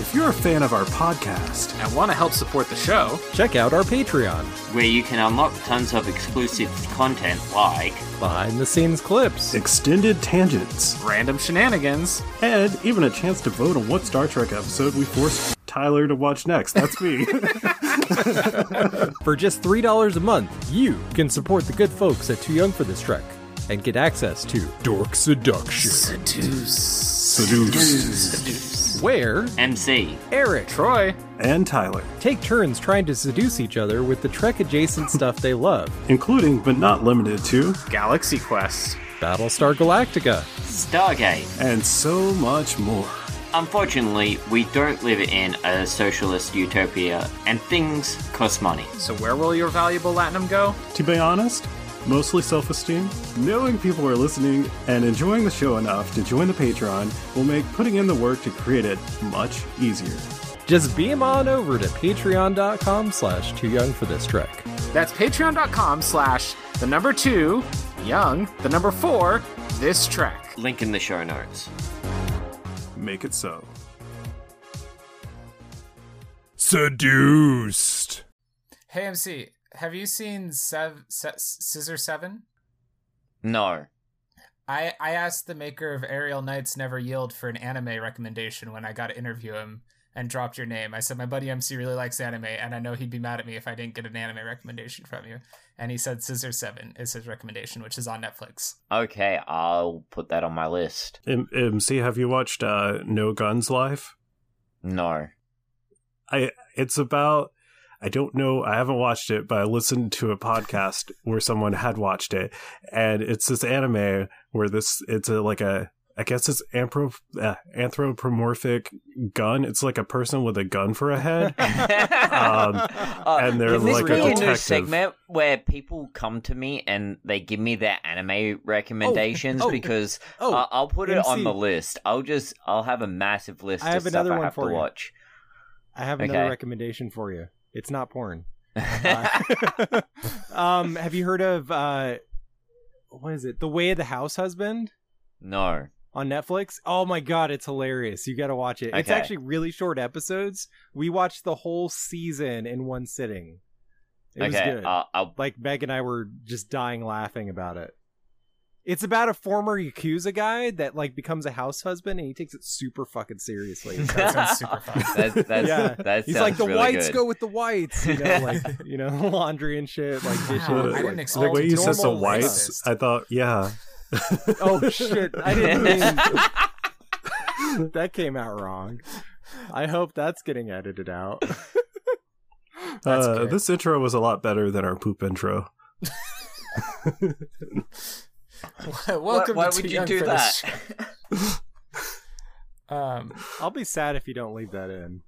If you're a fan of our podcast, and want to help support the show, Check out our Patreon, where you can unlock tons of exclusive content like behind the scenes clips. extended tangents, random shenanigans, and even a chance to vote on what Star Trek episode we forced Tyler to watch next. That's me. For just $3 a month, you can support the good folks at Too Young for This Trek and get access to Dork Seduction, Seduced. where MC, Eric, Troy, And Tyler, take turns trying to seduce each other with the Trek adjacent stuff they love including but not limited to, Galaxy Quest, Battlestar Galactica, Stargate. and so much more. Unfortunately, we don't live in a socialist utopia, and things cost money. So where will your valuable latinum go? To be honest, mostly self esteem. Knowing people are listening and enjoying the show enough to join the Patreon will make putting in the work to create it much easier. Just beam on over to patreon.com slash too young for this trek. That's patreon.com slash the number two, young, the number four, this track. Link in the show notes. Make it so. Seduced. Hey MC, have you seen Sev- Se- Scissor Seven? No. I I asked the maker of Aerial Knights Never Yield for an anime recommendation when I got to interview him and dropped your name. I said my buddy MC really likes anime and I know he'd be mad at me if I didn't get an anime recommendation from you. And he said Scissor Seven is his recommendation, which is on Netflix. Okay, I'll put that on my list. M- MC, have you watched uh, No Guns Live? No. I it's about I don't know I haven't watched it, but I listened to a podcast where someone had watched it, and it's this anime where this it's a like a I guess it's anthro, uh, anthropomorphic gun. It's like a person with a gun for a head. Um, Oh, and they're can this like a be new detective. segment where people come to me and they give me their anime recommendations oh, because oh, Uh, I- I'll put it on MC. the list. I'll just I'll have a massive list. I of have another stuff I one have for to you. watch. I have Okay. another recommendation for you. It's not porn. Uh, um, have you heard of uh, what is it? The Way of the House Husband no. on Netflix? Oh my god, it's hilarious. You got to watch it. It's Okay. actually really short episodes. We watched the whole season in one sitting. It was okay. uh, good. I'll, I'll like Meg and I were just dying laughing about it. It's about a former yakuza guy that like becomes a house husband and he takes it super fucking seriously. That sounds super fun. That's, that's, Yeah. that He's sounds like the really whites good. go with the whites, you know, like you know, laundry and shit, like dishes. Wow, I like- didn't the expect way you said the normal whites, racist. I thought, yeah, Oh shit! I didn't mean that came out wrong. I hope that's getting edited out. That's uh, good. this intro was a lot better than our poop intro. Welcome why to would Too you Young do for that? This Show. um, I'll be sad if you don't leave that in.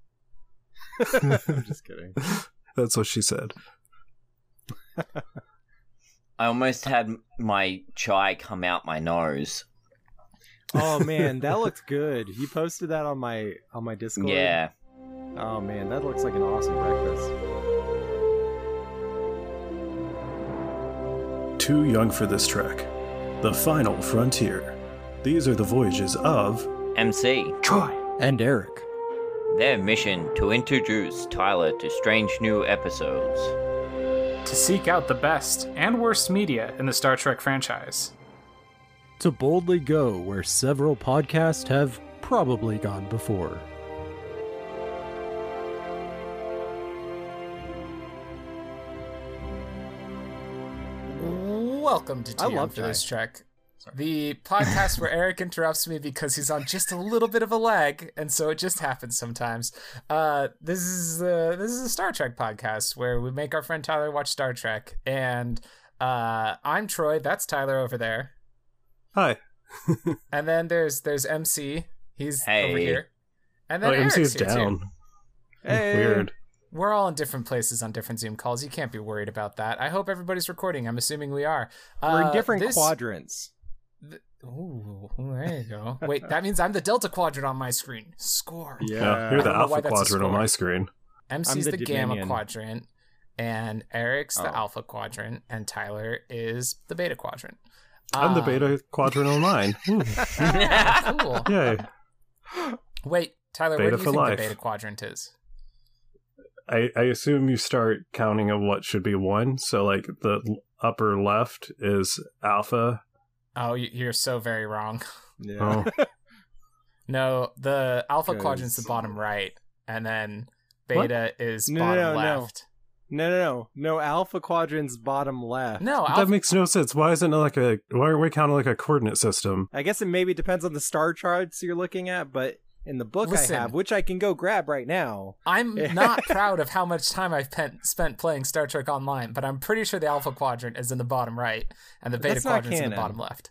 I'm just kidding. That's what she said. I almost had my chai come out my nose. Oh man, that looked good. You posted that on my on my Discord. Yeah. Oh man, that looks like an awesome breakfast. Too young for this trek. The final frontier. These are the voyages of MC, Troy. And Eric. their mission to introduce Tyler to strange new episodes. To seek out the best and worst media in the Star Trek franchise. To boldly go where several podcasts have probably gone before. Welcome to I Too Young love for this Jai. track. The podcast where Eric interrupts me because he's on just a little bit of a lag, and so it just happens sometimes. Uh, this is uh, this is a Star Trek podcast where we make our friend Tyler watch Star Trek, and uh, I'm Troy. That's Tyler over there, Hi. and then there's there's MC. He's over Hey. here, and Oh, then Eric's MC is here, too. down. Weird. We're all in different places on different Zoom calls. You can't be worried about that. I hope everybody's recording. I'm assuming we are. We're in Uh, different this- quadrants. Th- Ooh, there you go. Wait, that means I'm the Delta Quadrant on my screen. Score. Yeah, you're I don't the know why alpha that's a quadrant on score. my screen. I'm MC's the the, Gamma Dominion. Quadrant, and Eric's the Oh. Alpha Quadrant, and Tyler is the Beta Quadrant. I'm the Ah, beta quadrant on mine. Hmm. cool. Yay. Wait, Tyler, where Beta do you for think life. the beta quadrant is? I, I assume you start counting of what should be one. So like the l- upper left is alpha. Oh, you- you're so very wrong. Oh. Yeah. No, the alpha quadrant's the Because- bottom right, and then What? beta is No, no, bottom no, no. left. no, no, no, no. Alpha quadrant's bottom left. No, that alpha, makes no sense. Why isn't it like a why are we counting like a coordinate system? I guess it maybe depends on the star charts you're looking at, but in the book Listen. I have, which I can go grab right now. I'm Yeah. not proud of how much time I've pen- spent playing Star Trek Online, but I'm pretty sure the alpha quadrant is in the bottom right, and the beta That's not quadrant's in the canon. bottom left.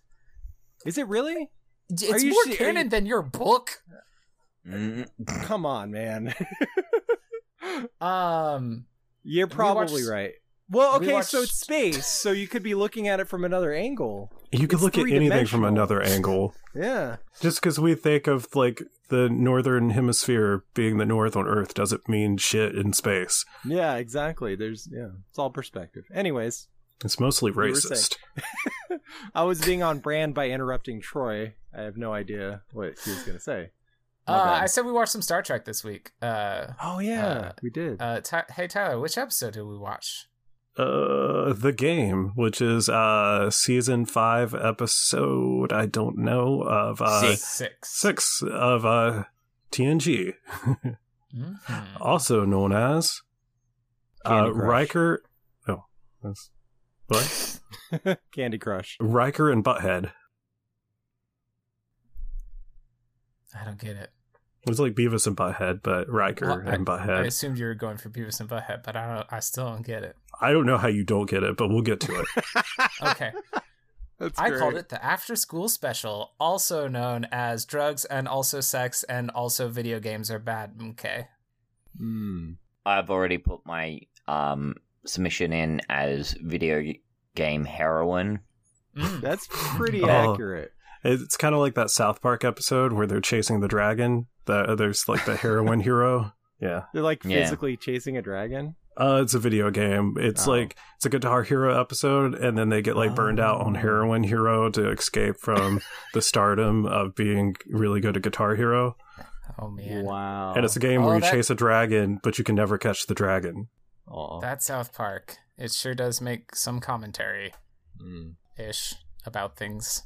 Is it really? D- Are It's you more se- are canon you- than your book. Mm, Come on, man. Um, You're We probably watched- right. Well, we okay, so watched- it's space, so you could be looking at it from another angle. You could It's look at anything from three-dimensional. another angle. Yeah. Just because we think of like the northern hemisphere being the north on Earth doesn't mean shit in space. Yeah, exactly. There's yeah, it's all perspective. Anyways, It's mostly were racist. I was being on brand by interrupting Troy. I have no idea what he was going to say. My uh, bad. I said we watched some Star Trek this week. Uh, oh yeah, uh, we did. uh, Ty- hey Tyler, which episode did we watch? Uh, the game, which is uh season five episode, I don't know of uh Six. Six. six of uh TNG, Mhm. also known as uh, Candy Crush. Riker. Oh, that's what Candy Crush. Riker and Butthead. I don't get it. It's like Beavis and Butthead, but Riker Well, and I Butthead. assumed you were going for Beavis and Butthead, but I don't. I still don't get it. I, don't know how you don't get it, but we'll get to it. Okay, That's I called great. it the After School Special, also known as drugs and also sex and also video games are bad. Okay, Mm. I've already put my um, submission in as video game heroin. Mm. That's pretty Oh. accurate. it's kind of like that South Park episode where they're chasing the dragon. The, there's like the heroin hero. Yeah. They're like Yeah. physically chasing a dragon. Uh, it's a video game. It's Oh. like it's a Guitar Hero episode, and then they get like burned out Oh. on heroin hero to escape from the stardom of being really good at Guitar Hero. oh man, Wow. And it's a game where Oh, you that- chase a dragon, but you can never catch the dragon. Aw. that South Park. It sure does make some commentary Hmm. Mm. ish about things.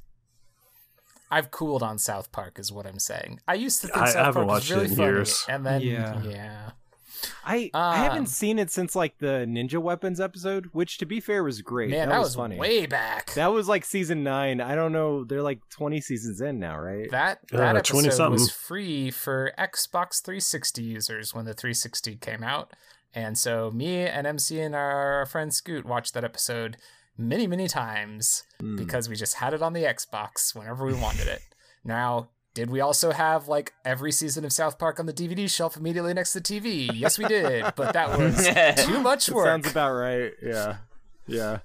I've cooled on South Park, is what I'm saying. I used to think I- I South haven't Park watched was it really in funny, years. and then Yeah. yeah. I I Um, haven't seen it since like the Ninja Weapons episode, which to be fair was great. Man, that, was, funny. way back. That That was like season nine. I don't know. They're like twenty seasons in now, right? that, Uh, episode 20-something. was free for Xbox 360 users when the 360 came out, and so me and MC and our friend Scoot watched that episode many, many times Hmm. Mm. because we just had it on the Xbox whenever we wanted it. Now, did we also have like every season of South Park on the DVD shelf immediately next to the TV? Yes, we did, but that was too much That work. sounds about right. Yeah, yeah.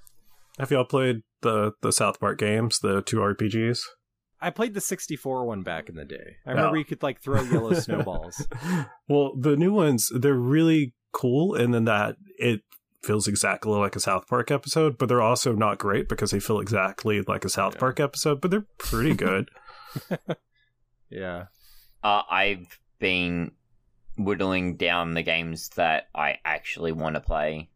Have y'all played the the South Park games, the two RPGs? I played the sixty four one back in the day. I remember you could like throw yellow snowballs. Well, the new ones they're really cool, and then that it feels exactly like a South Park episode, but they're also not great because they feel exactly like a South Yeah. Park episode, but they're pretty good. Yeah. Uh, I've been whittling down the games that I actually want to play.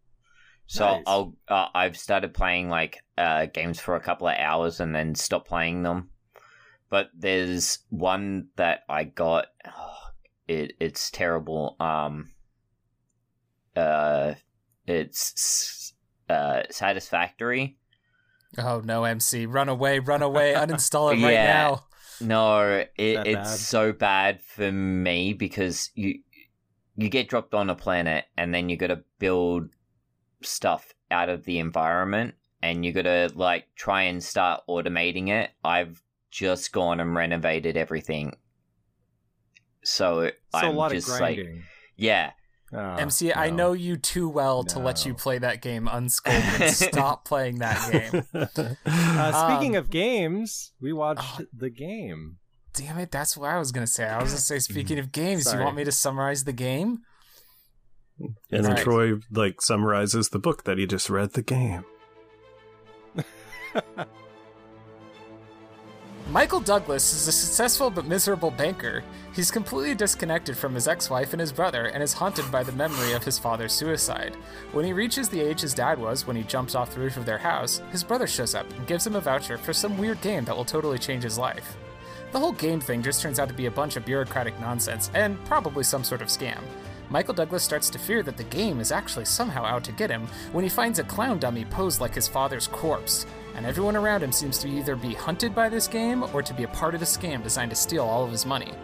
So Nice. I'll uh, I've started playing like uh, games for a couple of hours and then stop playing them. But there's one that I got. it it's terrible. Um. Uh, it's s- uh satisfactory. Oh no, MC, run away, run away, uninstall it right Yeah. now. No, it, that it's bad? so bad for me because you you get dropped on a planet and then you got to build stuff out of the environment and you got to like try and start automating it. I've just gone and renovated everything, so, So I'm a lot of just like grinding. yeah. Oh, MC, I no. know you too well to let you No. play that game unscolded. Stop playing that game. Uh, speaking Um, oh. of games, we watched the game. Damn it, that's what I was gonna say. I was gonna say, speaking of games, Mhm. Sorry. you want me to summarize the game? and then Right. Troy like summarizes the book that he just read, the game. Michael Douglas is a successful but miserable banker. He's completely disconnected from his ex wife and his brother and is haunted by the memory of his father's suicide. When he reaches the age his dad was when he jumps off the roof of their house, his brother shows up and gives him a voucher for some weird game that will totally change his life. The whole game thing just turns out to be a bunch of bureaucratic nonsense and probably some sort of scam. Michael Douglas starts to fear that the game is actually somehow out to get him when he finds a clown dummy posed like his father's corpse, and everyone around him seems to either be hunted by this game or to be a part of the scam designed to steal all of his money.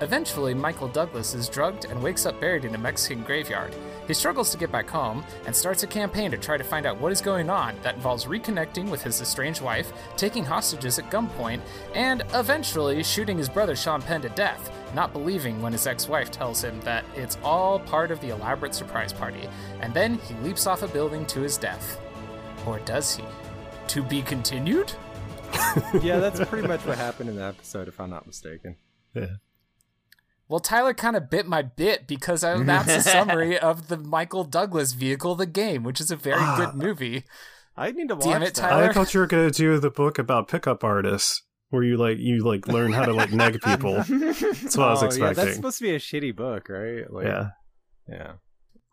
Eventually, Michael Douglas is drugged and wakes up buried in a Mexican graveyard. He struggles to get back home and starts a campaign to try to find out what is going on that involves reconnecting with his estranged wife, taking hostages at gunpoint, and eventually shooting his brother Sean Penn to death, not believing when his ex wife tells him that it's all part of the elaborate surprise party, and then he leaps off a building to his death. Or does he? To be continued? yeah, that's pretty much what happened in the episode, if I'm not mistaken. Well, Tyler kind of bit my bit because I, that's a summary of the Michael Douglas vehicle, The Game, which is a very Ah. good movie. I need to watch Damn it, that. Tyler. I thought you were gonna do the book about pickup artists where you like you like learn how to like neg people. That's what I was Oh, yeah, that's expecting. supposed to be a shitty book, right? Like, Yeah. yeah.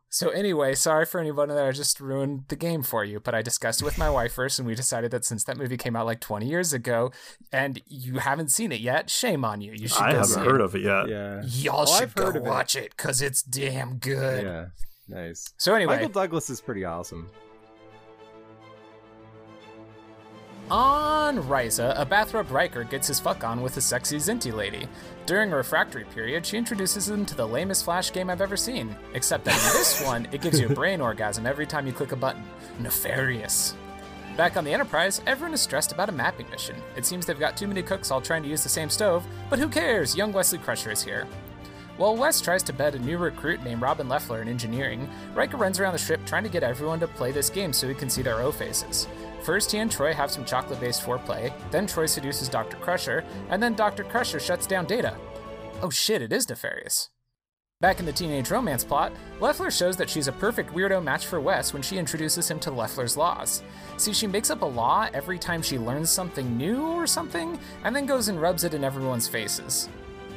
So anyway, sorry for anyone that I just ruined the game for you, but I discussed it with my wife first, and we decided that since that movie came out like 20 years ago, and you haven't seen it yet, shame on you. You should. I go haven't see heard it. of it yet. Yeah. Y'all Oh, should I've heard go of it. watch it because it's damn good. Yeah. Nice. So anyway, Michael Douglas is pretty awesome. On Ryza, a bathrobe Riker gets his fuck on with a sexy Zinti lady. During a refractory period, she introduces him to the lamest Flash game I've ever seen. Except that in this one, it gives you a brain orgasm every time you click a button. Nefarious. Back on the Enterprise, everyone is stressed about a mapping mission. It seems they've got too many cooks all trying to use the same stove, but who cares? Young Wesley Crusher is here. While Wes tries to bed a new recruit named Robin Leffler in engineering, Riker runs around the ship trying to get everyone to play this game so he can see their O faces. First, he and Troy have some chocolate based foreplay, then Troy seduces Dr. Crusher, and then Dr. Crusher shuts down Data. Oh shit, it is nefarious. Back in the teenage romance plot, Leffler shows that she's a perfect weirdo match for Wes when she introduces him to Leffler's laws. See, she makes up a law every time she learns something new or something, and then goes and rubs it in everyone's faces.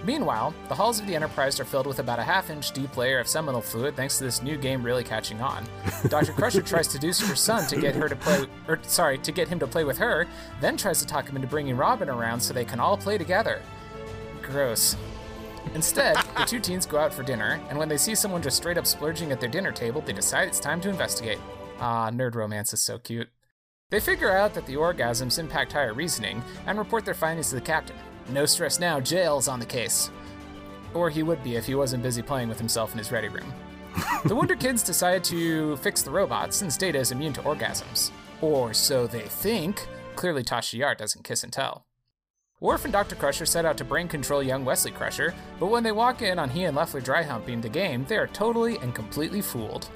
Meanwhile, the halls of the Enterprise are filled with about a half inch deep layer of seminal fluid thanks to this new game really catching on. Dr. Crusher tries to seduce her son to get her to play or sorry, to get him to play with her, then tries to talk him into bringing Robin around so they can all play together. Gross. Instead, the two teens go out for dinner, and when they see someone just straight up splurging at their dinner table, they decide it's time to investigate. Ah, nerd romance is so cute. They figure out that the orgasms impact higher reasoning and report their findings to the captain. No stress now, jail's on the case. Or he would be if he wasn't busy playing with himself in his ready room. the Wonder Kids decide to fix the robots since Data is immune to orgasms. Or so they think. Clearly, Tasha Yar doesn't kiss and tell. Worf and Dr. Crusher set out to brain control young Wesley Crusher, but when they walk in on he and Leffler dry humping the game, they are totally and completely fooled.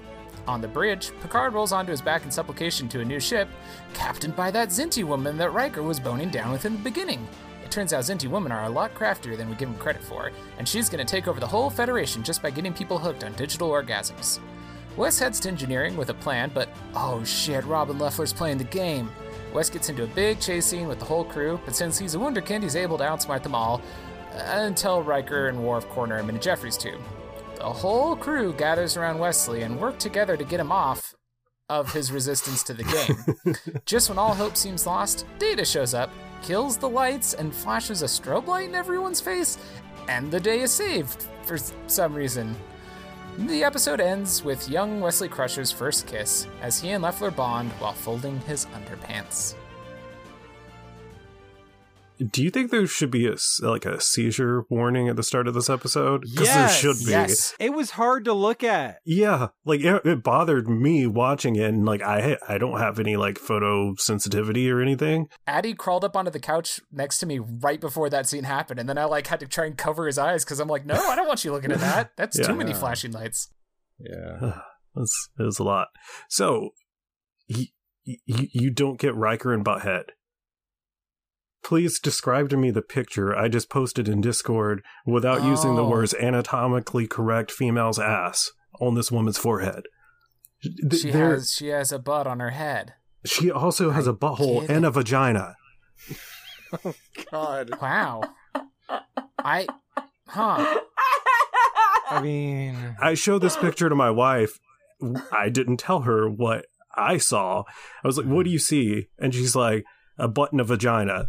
On the bridge, Picard rolls onto his back in supplication to a new ship, captained by that Zinti woman that Riker was boning down with in the beginning. It turns out Zinti women are a lot craftier than we give them credit for, and she's going to take over the whole Federation just by getting people hooked on digital orgasms. Wes heads to engineering with a plan, but oh shit, Robin Leffler's playing the game. Wes gets into a big chase scene with the whole crew, but since he's a wunderkind, he's able to outsmart them all uh, until Riker and Worf corner him in a Jeffries tube. The whole crew gathers around Wesley and work together to get him off of his resistance to the game. Just when all hope seems lost, Data shows up, kills the lights, and flashes a strobe light in everyone's face, and the day is saved for s- some reason. The episode ends with young Wesley Crusher's first kiss as he and Leffler bond while folding his underpants. Do you think there should be a s- like a seizure warning at the start of this episode? Because Yes. there should be. Yes. It was hard to look at. Yeah, like it, it bothered me watching it, and like I I don't have any like photo sensitivity or anything. Addy crawled up onto the couch next to me right before that scene happened, and then I like had to try and cover his eyes because I'm like, no, I don't want you looking at that. That's Yeah. too many Yeah. flashing lights. Yeah. That's it was a lot. So, you you don't get Riker and Butthead. Please describe to me the picture I just posted in Discord without using the Oh. words anatomically correct female's ass on this woman's forehead. Th- she there- has she has a butt on her head. she also has a butthole Get it. and a vagina. God. Wow. I, huh? I mean, I showed this picture to my wife. I didn't tell her what I saw. I was like, "What do you see?" And she's like, "A button of vagina."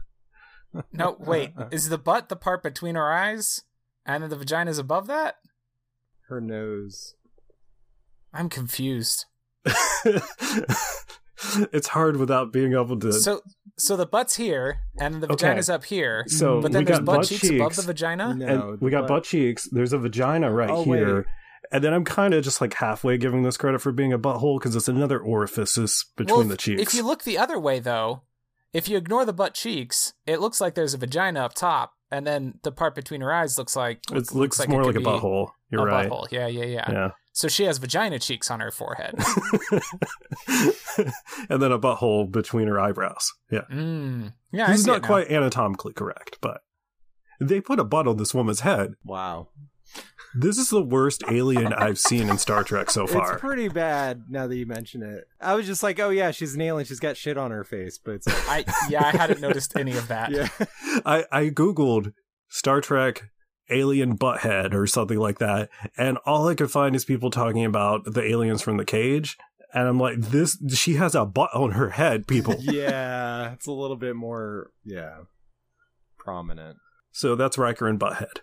No, wait. Is the butt the part between our eyes, and then the vagina's above that? her nose. I'm confused. it's hard without being able to. So, So, so the butt's here, and the Okay. vagina's up here. But we then there's got butt, butt cheeks, above the vagina. No, and we got butt cheeks. There's a vagina right Oh, wait. here. And then I'm kind of just like halfway giving this credit for being a butthole because it's another orifice is between Well, the if- cheeks. If you look the other way, though, if you ignore the butt cheeks, it looks like there's a vagina up top, and then the part between her eyes looks like it looks, more it like a could be butthole. You're a right. butthole. Yeah, yeah, yeah, Yeah. So she has vagina cheeks on her forehead. and then a butthole between her eyebrows. Yeah. Mm. Yeah, I this is see it not now. quite anatomically correct, but they put a butt on this woman's head. Wow, This is the worst alien I've seen in Star Trek so far. it's pretty bad. Now that you mention it, I was just like, oh yeah, she's an alien. She's got shit on her face, but it's like, I yeah, I hadn't noticed any of that. yeah, I, I Googled Star Trek alien butthead or something like that, and all I could find is people talking about the aliens from the cage. And I'm like, this, she has a butt on her head, people. yeah. It's a little bit more, yeah, prominent. so that's Riker and Butthead.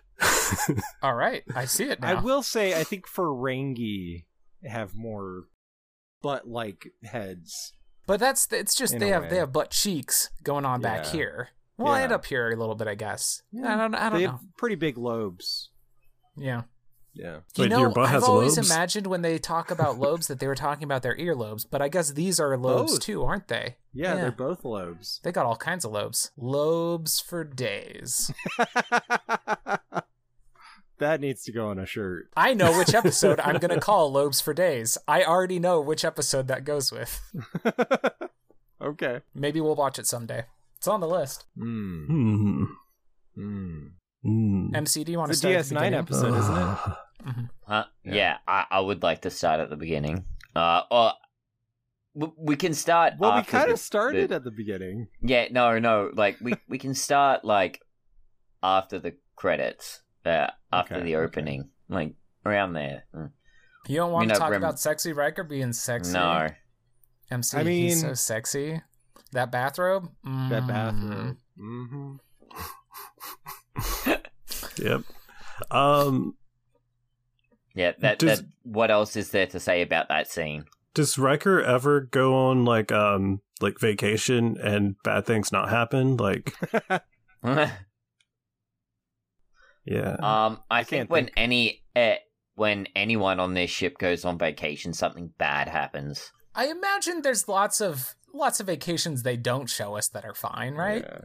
All right, I see it now. I will say, I think Ferengi have more butt-like heads. But that's it's just In they a have way. they have butt cheeks going on back Yeah. here. Well, and Yeah. up here a little bit, I guess. Yeah. I don't, I don't they know. have pretty big lobes. Yeah. Yeah. You Wait, know, your butt I've has always lobes? imagined when they talk about lobes that they were talking about their earlobes, but I guess these are Oh. lobes Both. too, aren't they? Yeah. yeah, they're both lobes. They got all kinds of lobes. Lobes for days. that needs to go on a shirt. I know which episode I'm going to call Lobes for Days. I already know which episode that goes with. okay. Maybe we'll watch it someday. It's on the list. Mm. Hmm. Mm. Hmm. MC, do you want to It's start? a at the DS9 beginning? episode, isn't it? Mhm. Huh? Yeah. Yeah, I, I would like to start at the beginning. Uh, or w- we can start. Well, we after kind the- of started the- at the beginning. yeah, no, no. Like we we can start like after the credits, uh, after Okay, the okay. opening, like around there. Mm. You don't want You to know, talk Rem- about sexy Riker being sexy? No, MC, I he's mean- so sexy. That bathrobe? That Mm. bathroom. Mm-hmm. Yep. Um, yeah. That, Does- that. What else is there to say about that scene? does Riker ever go on like, um, like vacation and bad things not happen? Like, Um, yeah. Um, I, can't think when think. any uh, when anyone on this ship goes on vacation, something bad happens. I imagine there's lots of lots of vacations they don't show us that are fine, right? Yeah.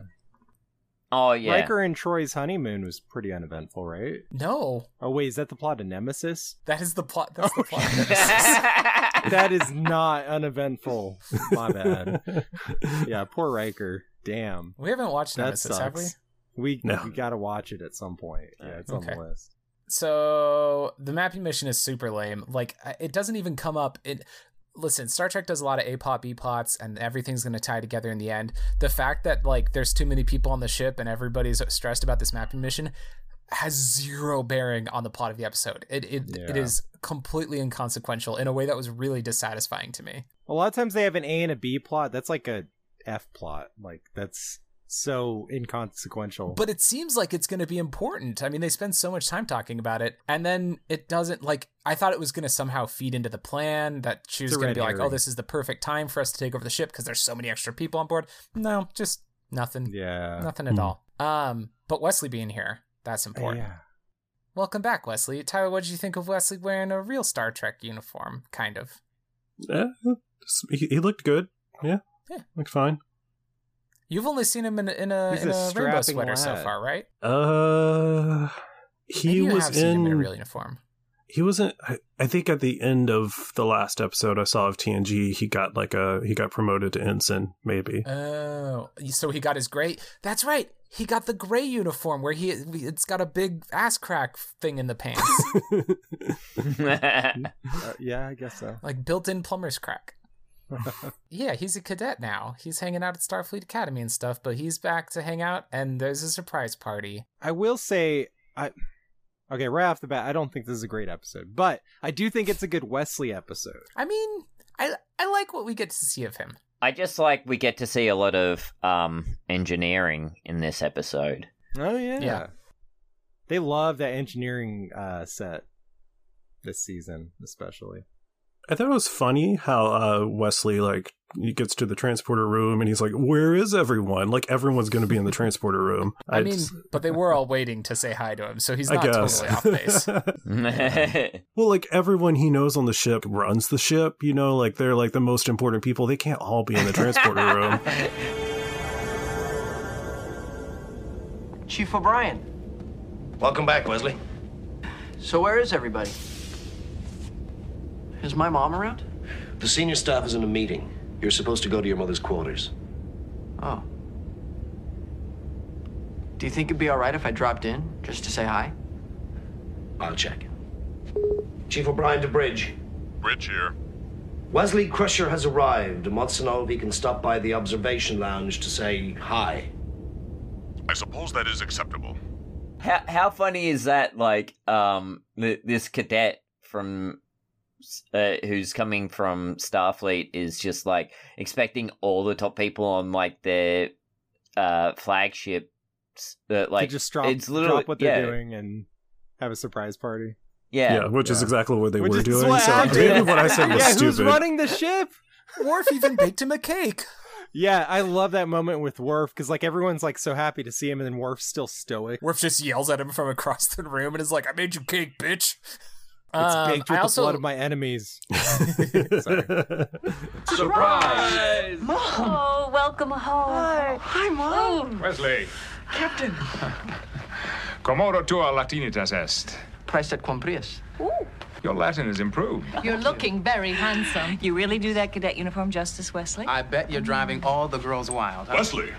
Oh yeah, Riker and Troy's honeymoon was pretty uneventful, right? No, Oh wait, is that the plot of Nemesis? that is the plot. That's Oh, the plot. of this. that That is not uneventful. My bad. Yeah, poor Riker. Damn. we haven't watched That Nemesis, sucks. have we? We, No. we gotta watch it at some point. Yeah, it's on Okay. the list. So the mapping mission is super lame. Like I- it doesn't even come up. It listen, Star Trek does a lot of A plot, B plots, and everything's going to tie together in the end. The fact that like there's too many people on the ship and everybody's stressed about this mapping mission has zero bearing on the plot of the episode. It it, it Yeah. is completely inconsequential in a way that was really dissatisfying to me. A lot of times they have an A and a B plot. That's like a F plot. Like that's so inconsequential. But it seems like it's going to be important. I mean, they spend so much time talking about it, and then it doesn't. Like, I thought it was going to somehow feed into the plan that she It's was a going red to be like, "Oh, herring. this is the perfect time for us to take over the ship because there's so many extra people on board." No, just nothing, yeah. nothing at Hmm. all. Um, but Wesley being here, that's important. Yeah. Welcome back, Wesley. Tyler, what did you think of Wesley wearing a real Star Trek uniform? Kind of. Yeah, he, he looked good. Yeah, Yeah. looked fine. You've only seen him in a, in a, He's in a a rainbow strapping sweater so lad. far, right? Uh, Maybe he you was have seen him in a in. real uniform. he wasn't. I, I think at the end of the last episode I saw of TNG, he got like a he got promoted to ensign. Maybe Oh, so he got his gray. That's right. He got the gray uniform where he it's got a big ass crack thing in the pants, Uh, yeah, I guess so. like built-in plumber's crack. Yeah, he's a cadet now. He's hanging out at Starfleet Academy and stuff, but he's back to hang out, and there's a surprise party. I will say, I okay right off the bat, I don't think this is a great episode, but I do think it's a good Wesley episode. I mean, I I like what we get to see of him. I just like we get to see a lot of um, engineering in this episode. Oh yeah, Yeah. They love that engineering uh, set this season, especially. I thought it was funny how uh, Wesley like he gets to the transporter room and he's like, "Where is everyone? Like everyone's going to be in the transporter room." I, mean, just- but they were all waiting to say hi to him, so he's I not guess. totally off base. well, like everyone he knows on the ship runs the ship. You know, like they're like the most important people. They can't all be in the transporter room. Chief O'Brien, Welcome back, Wesley. so where is everybody? Is my mom around? The senior staff is in a meeting. You're supposed to go to your mother's quarters. Oh. Do you think it'd be all right if I dropped in just to say hi? I'll check. Chief O'Brien to Bridge. Bridge here. Wesley Crusher has arrived and wants to know if he can stop by the observation lounge to say hi. I suppose that is acceptable. how how funny is that? Like, um, th- this cadet from uh, who's coming from Starfleet is just like expecting all the top people on like their uh flagship. Uh, like they just drop, it's literally drop what they're yeah, doing and have a surprise party. Yeah, yeah, which is Yeah. exactly what they Which were is doing. what so I'm maybe doing. what I said was yeah, stupid. who's running the ship? Worf even baked him a cake. Yeah, I love that moment with Worf because like everyone's like so happy to see him, and then Worf's still stoic. Worf just yells at him from across the room and is like, "I made you cake, bitch." It's Um, baked with I the also blood of my enemies. Surprise! Oh, welcome home. Hi, Mom. Wesley, Captain! Comoro tua latinitas est. Price at Quamprius. Your Latin is improved. You're looking very handsome. You really do that cadet uniform justice, Wesley? I bet you're driving all the girls wild. Wesley,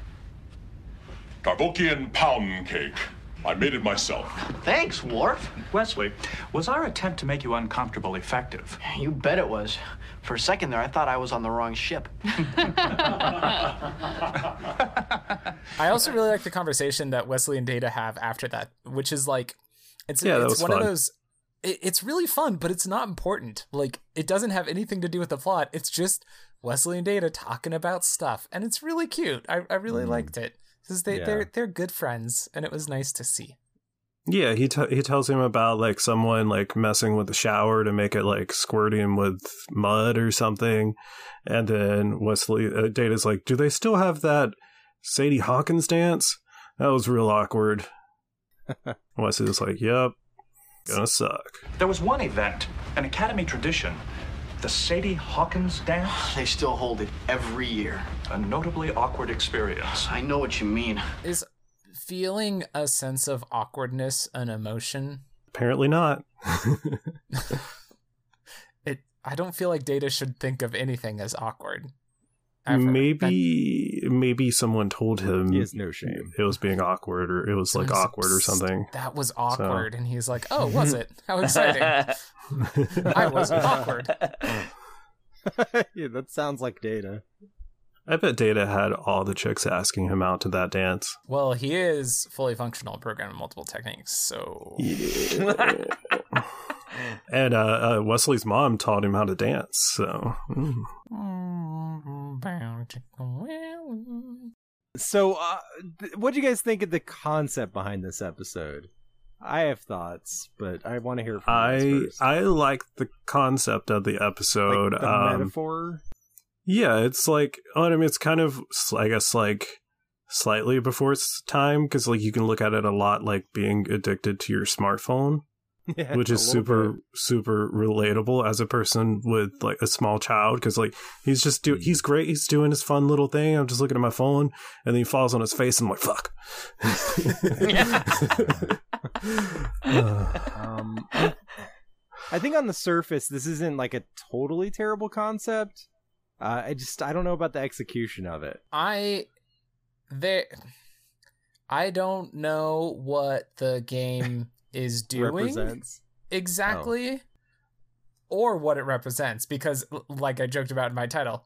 Tarvokian pound cake. I made it myself. Thanks, Worf. Wesley, was our attempt to make you uncomfortable effective? You bet it was. For a second there, I thought I was on the wrong ship. I also really like the conversation that Wesley and Data have after that, which is like, it's Yeah, that it's was one of fun. those. It, it's really fun, but it's not important. Like, it doesn't have anything to do with the plot. It's just Wesley and Data talking about stuff, and it's really cute. I, I really liked it because they Mm. Yeah. they're they're good friends, and it was nice to see. Yeah, he t- he tells him about like someone like messing with the shower to make it like squirting with mud or something, and then Wesley uh, Data's like, "Do they still have that Sadie Hawkins dance? That was real awkward." Wesley's like, "Yep, gonna suck." There was one event, an academy tradition, the Sadie Hawkins dance, They still hold it every year. a notably awkward experience. I know what you mean. Is feeling a sense of awkwardness an emotion? Apparently not. It I don't feel like Data should think of anything as awkward. ever. Maybe maybe someone told him He has no shame. it was being awkward or it was like Someone said, awkward or "Psst, something. That was awkward. And he's like, oh, was it? How exciting. I was awkward. yeah, that sounds like Data. I bet Data had all the chicks asking him out to that dance. Well, he is fully functional, programming multiple techniques. So And uh, uh, Wesley's mom taught him how to dance. So mm. So, uh, th- what do you guys think of the concept behind this episode? I have thouts, but I want to hear from you I guys first. I like the concept of the episode. like the um, metaphor. yeah, it's like oh, I mean, it's kind of s- I guess like slightly before its time because like you can look at it a lot like being addicted to your smartphone. Yeah, which a is little super bit. super relatable as a person with like a small child because like he's just do he's Mm-hmm. great he's doing his fun little thing i'm just looking at my phone and then he falls on his face and i'm like fuck Um, I think on the surface, this isn't like a totally terrible concept. Uh, I just I don't know about the execution of it. I. There. I don't know what the game is doing Represents exactly. or what it represents because l- like I joked about in my title,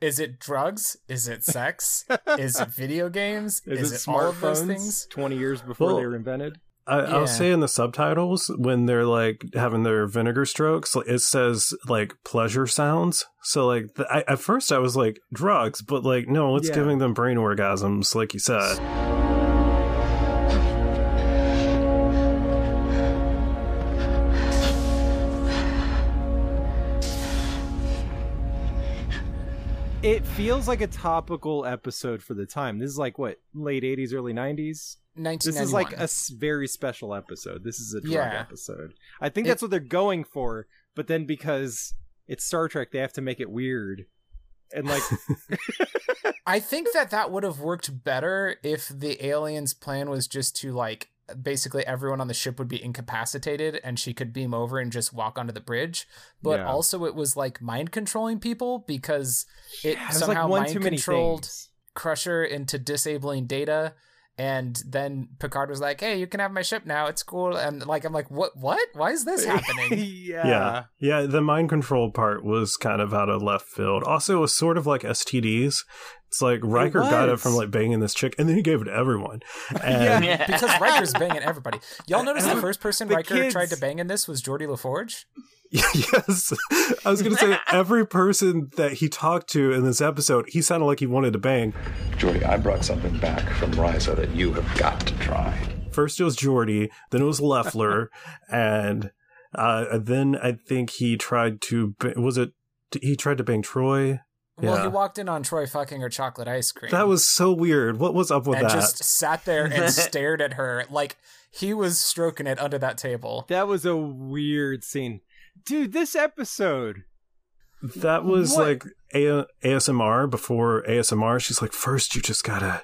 is it drugs? Is it sex? is it video games? Is, it, all of those smartphones things? 20 years before Well, they were invented? I, Yeah. I'll say in the subtitles when they're like having their vinegar strokes, like, it says like pleasure sounds. So like th- I, at first I was like drugs, but like no, it's Yeah. giving them brain orgasms, like you said. It feels like a topical episode for the time. This is like what late 80s, early 90s. This is like a 1991. s- very special episode. This is a drug Yeah. episode. I think It- that's what they're going for, but then because it's Star Trek, they have to make it weird. And like I think that that would have worked better if the aliens' plan was just to like basically everyone on the ship would be incapacitated and she could beam over and just walk onto the bridge. But Yeah. also, it was like mind controlling people because it it was somehow like one mind too many controlled things. Crusher into disabling Data. And then Picard was like, "Hey, you can have my ship now. It's cool." And like, I'm like, "What? What? Why is this happening?" yeah. yeah, yeah. The mind control part was kind of out of left field. Also, it was sort of like STDs. It's like Riker got it was. from like banging this chick, and then he gave it to everyone. And Yeah. because Riker's banging everybody. Y'all notice the first person The Riker kids- tried to bang in this was Geordie LaForge. yes, I was going to say every person that he talked to in this episode, he sounded like he wanted to bang. Jordy, I brought something back from Risa that you have got to try. First it was Jordy, then it was Leffler, and uh, then I think he tried to ba- was it he tried to bang Troy. Well, Yeah. he walked in on Troy fucking her chocolate ice cream. That was so weird. What was up with and that? just sat there and stared at her like he was stroking it under that table. That was a weird scene. Dude, this episode. That was What? like a- ASMR before ASMR. She's like, first you just gotta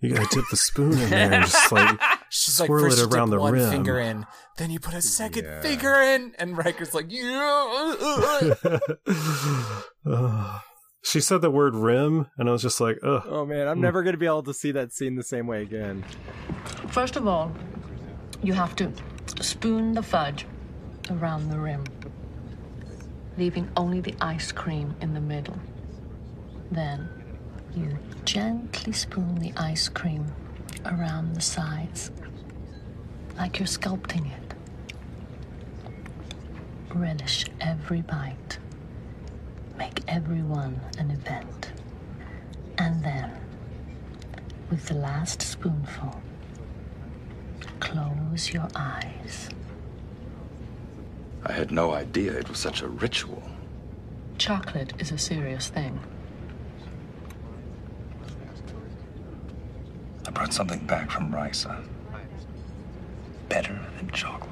you gotta dip the spoon in there and just like She's Swirl like, first it you dip around the one rim." finger in, then you put a second finger in, and Riker's like, yeah, uh, uh, uh." Ugh. she said the word rim and I was just like, ugh. Oh man, I'm never gonna be able to see that scene the same way again. First of all, you have to spoon the fudge around the rim, leaving only the ice cream in the middle. Then you gently spoon the ice cream around the sides, like you're sculpting it. Relish every bite. Make everyone an event. And then, with the last spoonful, Close your eyes. I had no idea it was such a ritual. Chocolate is a serious thing. I brought something back from Risa. Better than chocolate.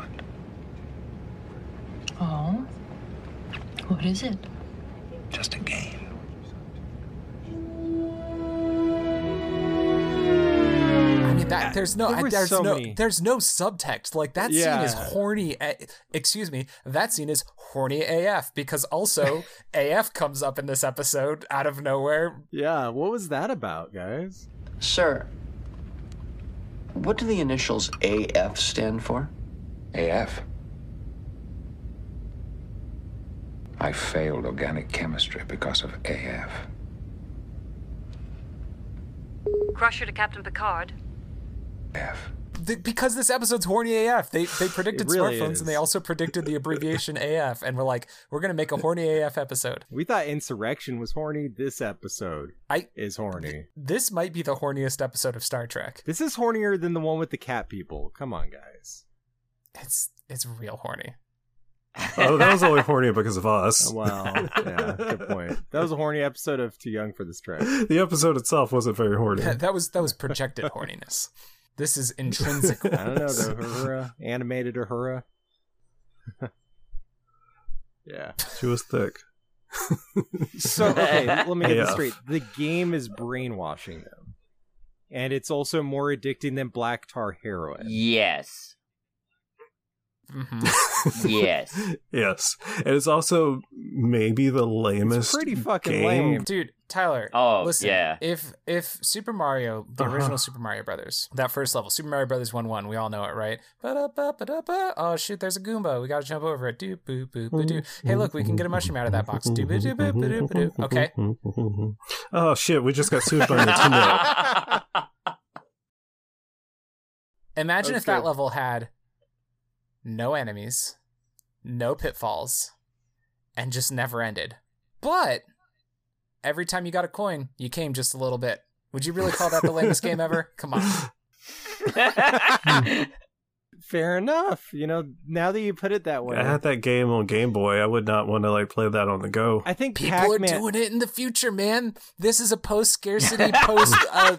Oh? What is it? Just a game. I mean, that there's no, There were there's so no, many. there's no subtext. Like that scene is Yeah. horny. A- excuse me, that scene is horny AF because also AF comes up in this episode out of nowhere. Yeah, what was that about, guys? Sir, what do the initials AF stand for? AF. I failed organic chemistry because of AF. Crusher to Captain Picard. Th- because this episode's horny AF. They they predicted really smartphones and they also predicted the abbreviation AF. And we're like, we're gonna make a horny AF episode. We thought Insurrection was horny. This episode I is horny. this might be the horniest episode of Star Trek. This is hornier than the one with the cat people. Come on, guys. It's it's real horny. Oh, that was only horny because of us. Oh, wow. yeah, good point. That was a horny episode of Too Young for This Trek. The episode itself wasn't very horny. That, that was that was projected horniness. This is intrinsic. I don't know, horniness. the Uhura, animated Uhura. yeah. She was thick. So okay, let me get this Yeah. straight. The game is brainwashing them, and it's also more addicting than black tar heroin. Yes. Mm-hmm. yes. Yes. And it's also maybe the lamest pretty fucking game. lame. dude. Tyler. Oh, listen, yeah. If if Super Mario, the Uh-huh. original Super Mario Brothers, that first level, Super Mario Brothers one one, we all know it, right? Ba-da-ba, ba-da-ba. Oh shoot, there's a Goomba. We gotta jump over it. Doop boop boop boop doop. Hey, look, we can get a mushroom out of that box. Doop boop doop boop boop boop. doop. Okay. Oh shit, we just got sued by Nintendo. Imagine if Okay. that level had no enemies, no pitfalls, and just never ended. But every time you got a coin, you came just a little bit. Would you really call that the lamest game ever? Come on. Fair enough. You know, now that you put it that way, I had that game on Game Boy. I would not want to like play that on the go. I think People Pac-Man. are doing it in the future, man. This is a post scarcity, post uh,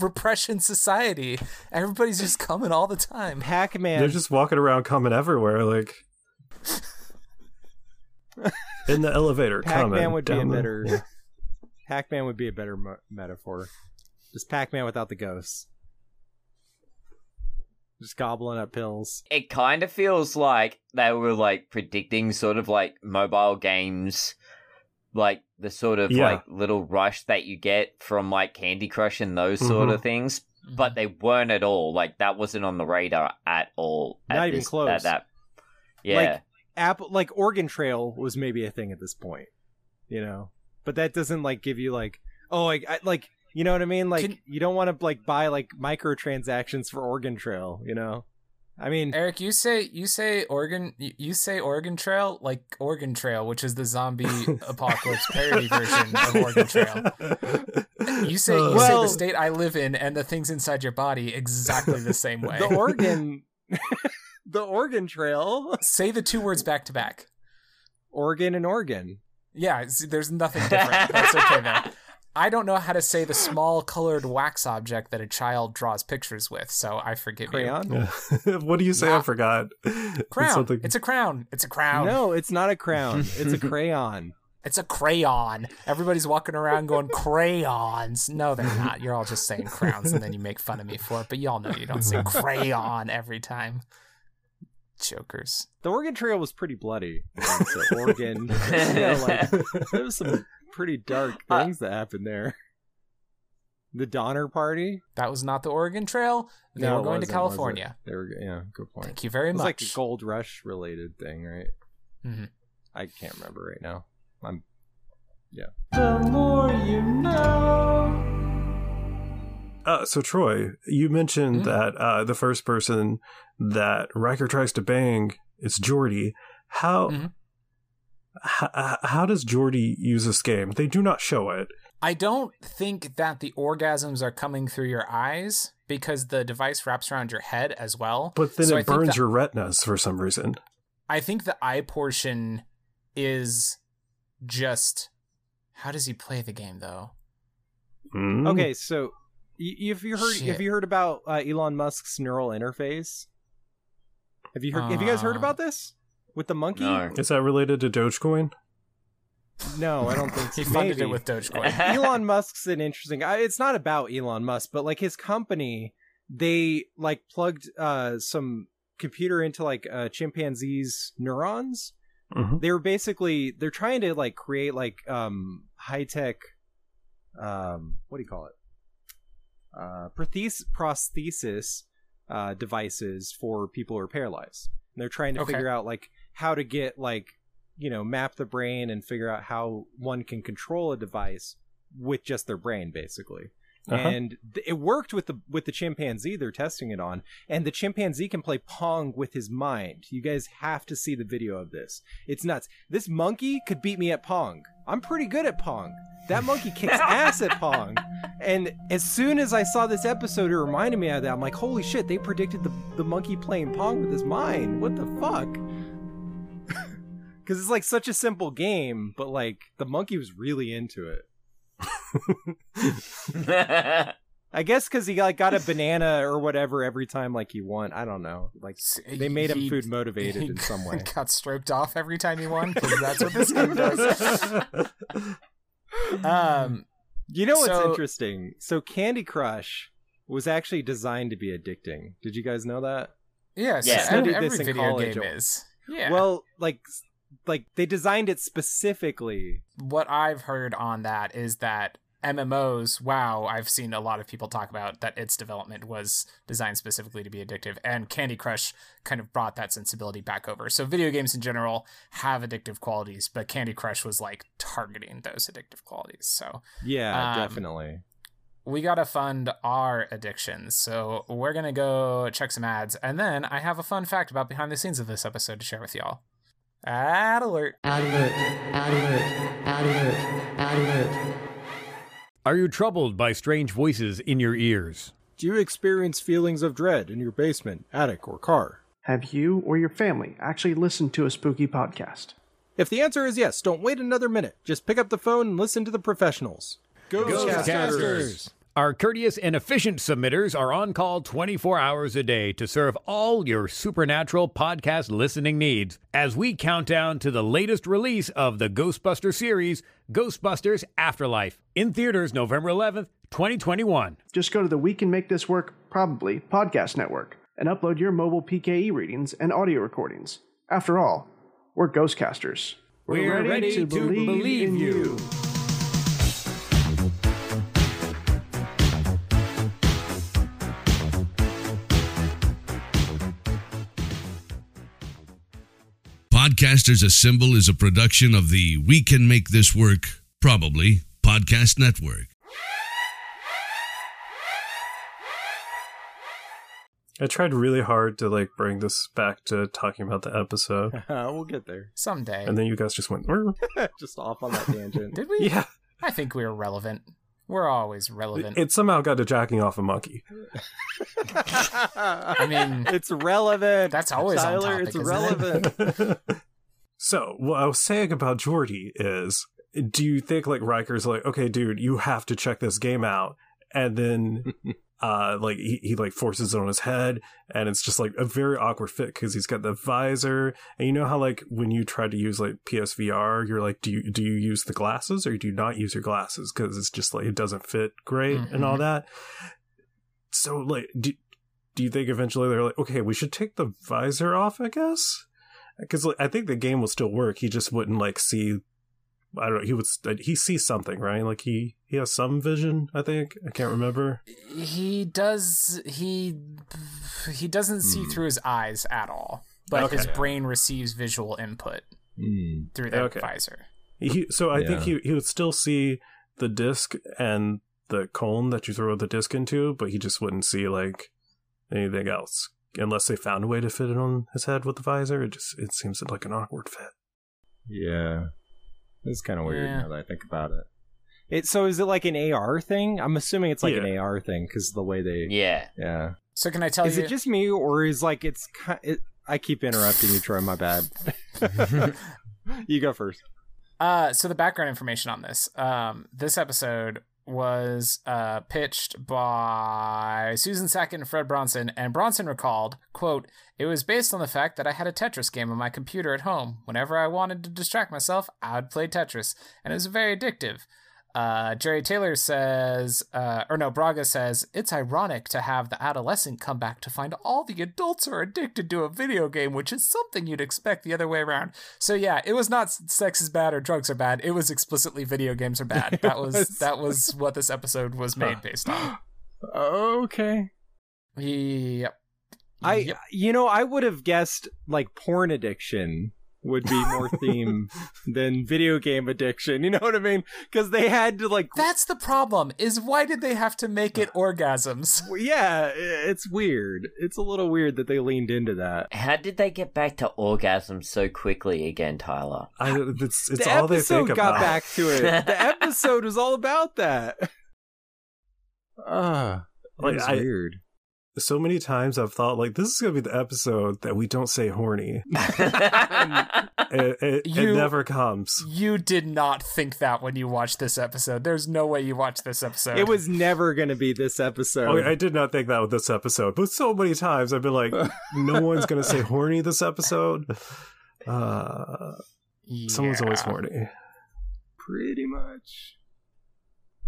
repression society. Everybody's just coming all the time. Pac-Man. They're just walking around coming everywhere, like in the elevator. coming Pac-Man would be a down the- better. Yeah. Pac-Man would be a better mo- metaphor. Just Pac-Man without the ghosts. Just gobbling up pills. it kind of feels like they were like predicting sort of like mobile games like the sort of Yeah. like little rush that you get from like candy crush and those Mm-hmm. sort Mhm. of things Mm-hmm. but they weren't at all like that wasn't on the radar at all at Not even this- close. at that yeah Like Apple, like Oregon Trail was maybe a thing at this point, you know. But that doesn't like give you like oh like I, like you know what I mean. Like Can- you don't want to like buy like microtransactions for Oregon Trail, you know. I mean, Eric, you say you say Oregon you you say Oregon Trail like Oregon Trail, which is the zombie apocalypse parody version of Oregon Trail. You say you say Well- the state I live in and the things inside your body exactly the same way. the Oregon, the Oregon Trail, say the two words back to back. Oregon and Oregon. Yeah, it's- there's nothing different. That's okay though. I don't know how to say the small colored wax object that a child draws pictures with, so I forgive Crayon? Yeah. what do you say? I forgot. you. Crown. It's, something- a crown. It's a crown. No, it's not a crown. It's a crayon. It's a crayon. Everybody's walking around going crayons. No, they're not. You're all just saying crowns, and then you make fun of me for it. But y'all know you don't say crayon every time. Jokers. The Oregon Trail was pretty bloody. And So Oregon, you know, like, there was some pretty dark Uh, things that happened there. The Donner Party. That was not the Oregon Trail. They No, were it going to wasn't, was it? California. They were, yeah, good point. Thank you very It was much. like a gold rush related thing, right? Mhm. I can't remember right now. I'm, yeah. Uh, so Troy, you mentioned Mm-hmm. that uh, the first person that Riker tries to bang is Geordi. How Mhm. h- how does Geordi use this game? They do not show it. I don't think that the orgasms are coming through your eyes because the device wraps around your head as well. But then So I it think burns the- your retinas for some reason. I think the eye portion is just how does he play the game though? Mm. Okay, so y- if you heard, Shit. if you heard about uh, Elon Musk's neural interface, have you heard? have you guys heard Uh. about this with the monkey? no Is that related to Dogecoin? No, I don't think so. He funded Maybe. it with Dogecoin. Elon Musk's an interesting guy. It's not about Elon Musk, but like his company, they like plugged uh some computer into like uh chimpanzee's neurons. Mm-hmm. Mhm. They were basically they're trying to like create like um high tech um what do you call it? Uh prothes- prosthesis uh devices for people who are paralyzed. And they're trying to Okay. figure out like how to get like you know map the brain and figure out how one can control a device with just their brain basically Uh-huh. and th- it worked with the with the chimpanzee they're testing it on and the chimpanzee can play pong with his mind you guys have to see the video of this it's nuts this monkey could beat me at pong i'm pretty good at pong that monkey kicks ass at pong and as soon as i saw this episode it reminded me of that i'm like holy shit they predicted the, the monkey playing pong with his mind what the fuck because it's like such a simple game, but like the monkey was really into it. I guess because he like got a banana or whatever every time like he won. I don't know. Like they made him He- food motivated he in some way. Got stroked off every time he won because that's what this game does. Um, You know what's So- interesting? So Candy Crush was actually designed to be addicting. Did you guys know that? Yes, Yeah. every, studied this every in video college game or- is. Yeah. Well, like like they designed it specifically. what I've heard on that is that MMOs, wow, I've seen a lot of people talk about that its development was designed specifically to be addictive, and Candy Crush kind of brought that sensibility back over. So, video games in general have addictive qualities, but Candy Crush was like targeting those addictive qualities. So, Yeah, Um, definitely. we got to fund our addictions. So, we're going to go check some ads, and then I have a fun fact about behind the scenes of this episode to share with y'all. Ad alert. Ad alert. Ad alert. Ad alert. Ad alert. Are you troubled by strange voices in your ears? Do you experience feelings of dread in your basement, attic, or car? Have you or your family actually listened to a spooky podcast? If the answer is yes, don't wait another minute. Just pick up the phone and listen to the professionals. Ghostcasters. Our courteous and efficient submitters are on call 24 hours a day to serve all your supernatural podcast listening needs as we count down to the latest release of the Ghostbuster series, Ghostbusters Afterlife, in theaters November 11th, 2021. Just go to the We Can Make This Work, probably, podcast network and upload your mobile PKE readings and audio recordings. After all, we're Ghostcasters. you. Podcasters Assemble is a production of the We Can Make This Work, probably, Podcast Network. I tried really hard to like bring this back to talking about the episode, we'll get there. Someday. and then you guys just went. "Rrr." Just off on that tangent. Did we? Yeah. I think we were relevant. We're always relevant. It somehow got to jacking off a monkey. I mean, it's relevant. That's always on Tyler, topic, it's isn't it? relevant. So what I was saying about Jordy is, do you think like Riker's like, okay, dude, you have to check this game out, and then uh like he, he like forces it on his head, and it's just like a very awkward fit because he's got the visor, and you know how like when you try to use like PSVR, you're like, do you do you use the glasses or do you not use your glasses because it's just like it doesn't fit great and all Mhm. that. So like, do, do you think eventually they're like, okay, we should take the visor off, I guess? Because like, I think the game will still work. He just wouldn't like see. I don't know. He would. st- He sees something, right? Like he he has some vision. I think I can't remember. he does. He he doesn't see Hmm. through his eyes at all, but Okay. his brain receives visual input Hmm, through that visor. He, so I think Yeah. he he would still see the disc and the cone that you throw the disc into, but he just wouldn't see like anything else unless they found a way to fit it on his head with the visor. It just it seems like an awkward fit. Yeah. It's kind of weird Yeah. now that I think about it. It so is it like an AR thing? I'm assuming it's like an AR thing because the way they yeah yeah. So can I tell is you? it just me or is like it's ki It, I keep interrupting you, Troy. My bad. you go first. Uh, so the background information on this, um, this episode was uh, pitched by Susan Sackett and Fred Bronson, and Bronson recalled, "quote It was based on the fact that I had a Tetris game on my computer at home. Whenever I wanted to distract myself, I would play Tetris, and it was very addictive." Uh, Jerry Taylor says, uh, or no, Braga says, it's ironic to have the adolescent come back to find all the adults are addicted to a video game, which is something you'd expect the other way around. So yeah, it was not sex is bad or drugs are bad. It was explicitly video games are bad. That was, was. that was what this episode was made based on. Okay. Yep. I you know I would have guessed like porn addiction would be more theme than video game addiction. You know what I mean? Because they had to like That's the problem. Is why did they have to make it orgasms? yeah, it's weird. It's a little weird that they leaned into that. How did they get back to orgasm so quickly again, Tyler? I, it's Ah, the episode got back to it. The episode was all about that. Ah, Like, I- weird. So many times I've thought like this is gonna be the episode that we don't say horny. it, it, You- it never comes. You did not think that when you watched this episode. There's no way you watched this episode. It was never going to be this episode. Okay, Oh, I did not think that with this episode, but so many times I've been like, no one's gonna say horny this episode. Uh, Someone's always Yeah. horny. Pretty much.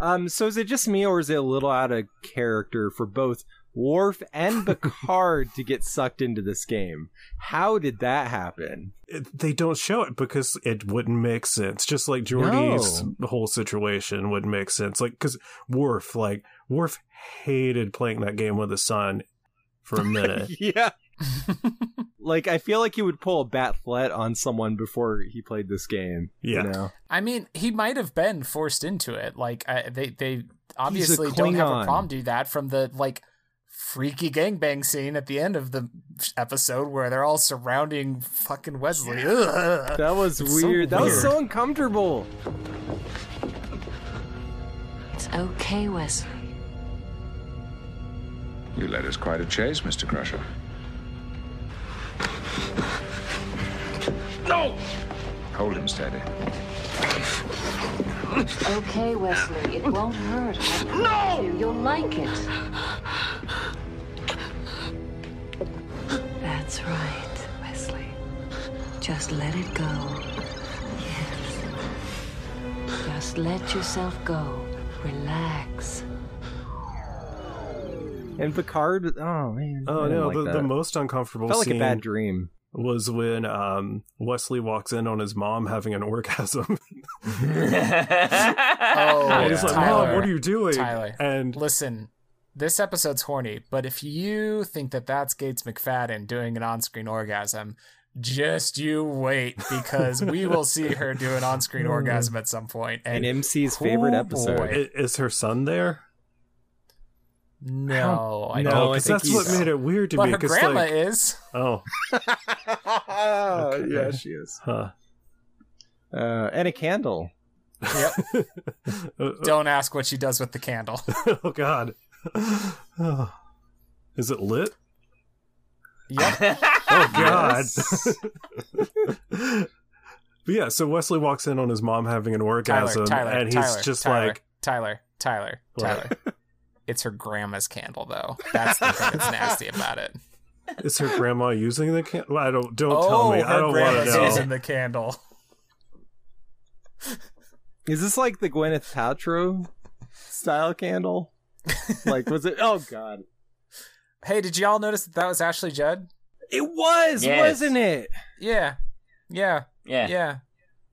Um, so is it just me, or is it a little out of character for both Worf and Picard to get sucked into this game. How did that happen? It- they don't show it because it wouldn't make sense. Just like Geordi's whole situation wouldn't make sense. Like because Worf, like Worf hated playing that game with his son for a minute. yeah. like I feel like he would pull a batflet on someone before he played this game. Yeah. You know? I mean, he might have been forced into it. Like I, they they He's a obviously don't have a Klingon. problem do that from the like freaky gangbang scene at the end of the episode where they're all surrounding fucking Wesley. Ugh. That was It's so weird. that was weird. so uncomfortable. It's okay, Wesley. You led us quite a chase, Mr. Crusher. No! Hold him steady. It's okay, Wesley. It won't hurt. No! You. You'll like it. That's right, Wesley. Just let it go. Yes. Just let yourself go. Relax. And Picard oh man. Oh I didn't no, like the, the that. most uncomfortable Felt like a scene bad dream was when um, Wesley walks in on his mom having an orgasm. Oh, And he's like, Tyler. Mom, what are you doing? Tyler. And Listen, this episode's horny, but if you think that that's Gates McFadden doing an on-screen orgasm, just you wait because we will see her do an on-screen orgasm at some point. An And MC's Oh, favorite I- episode. boy. is her son there? no, I No, don't 'cause think that's what so. made it weird to But me. her 'cause, grandma like, is. Oh, Oh, Okay. yeah, she is. huh. Uh, and a candle. Yep. don't ask what she does with the candle. oh God. Oh. Is it lit? Yep. Oh God. But yeah, so Wesley walks in on his mom having an orgasm, Tyler, Tyler, and he's Tyler, just Tyler, like, Tyler, Tyler, Tyler. What? it's her grandma's candle, though. That's the thing that's nasty about it. "Is her grandma using the can?" Well, I don't. Don't tell Oh, me. her I don't want grandma's to know. using the candle. Is this like the Gwyneth Paltrow style candle? like, was it? Oh God, Hey, did y'all notice that that was Ashley Judd? it was, Yes. wasn't it? Yeah, yeah, Yeah. yeah.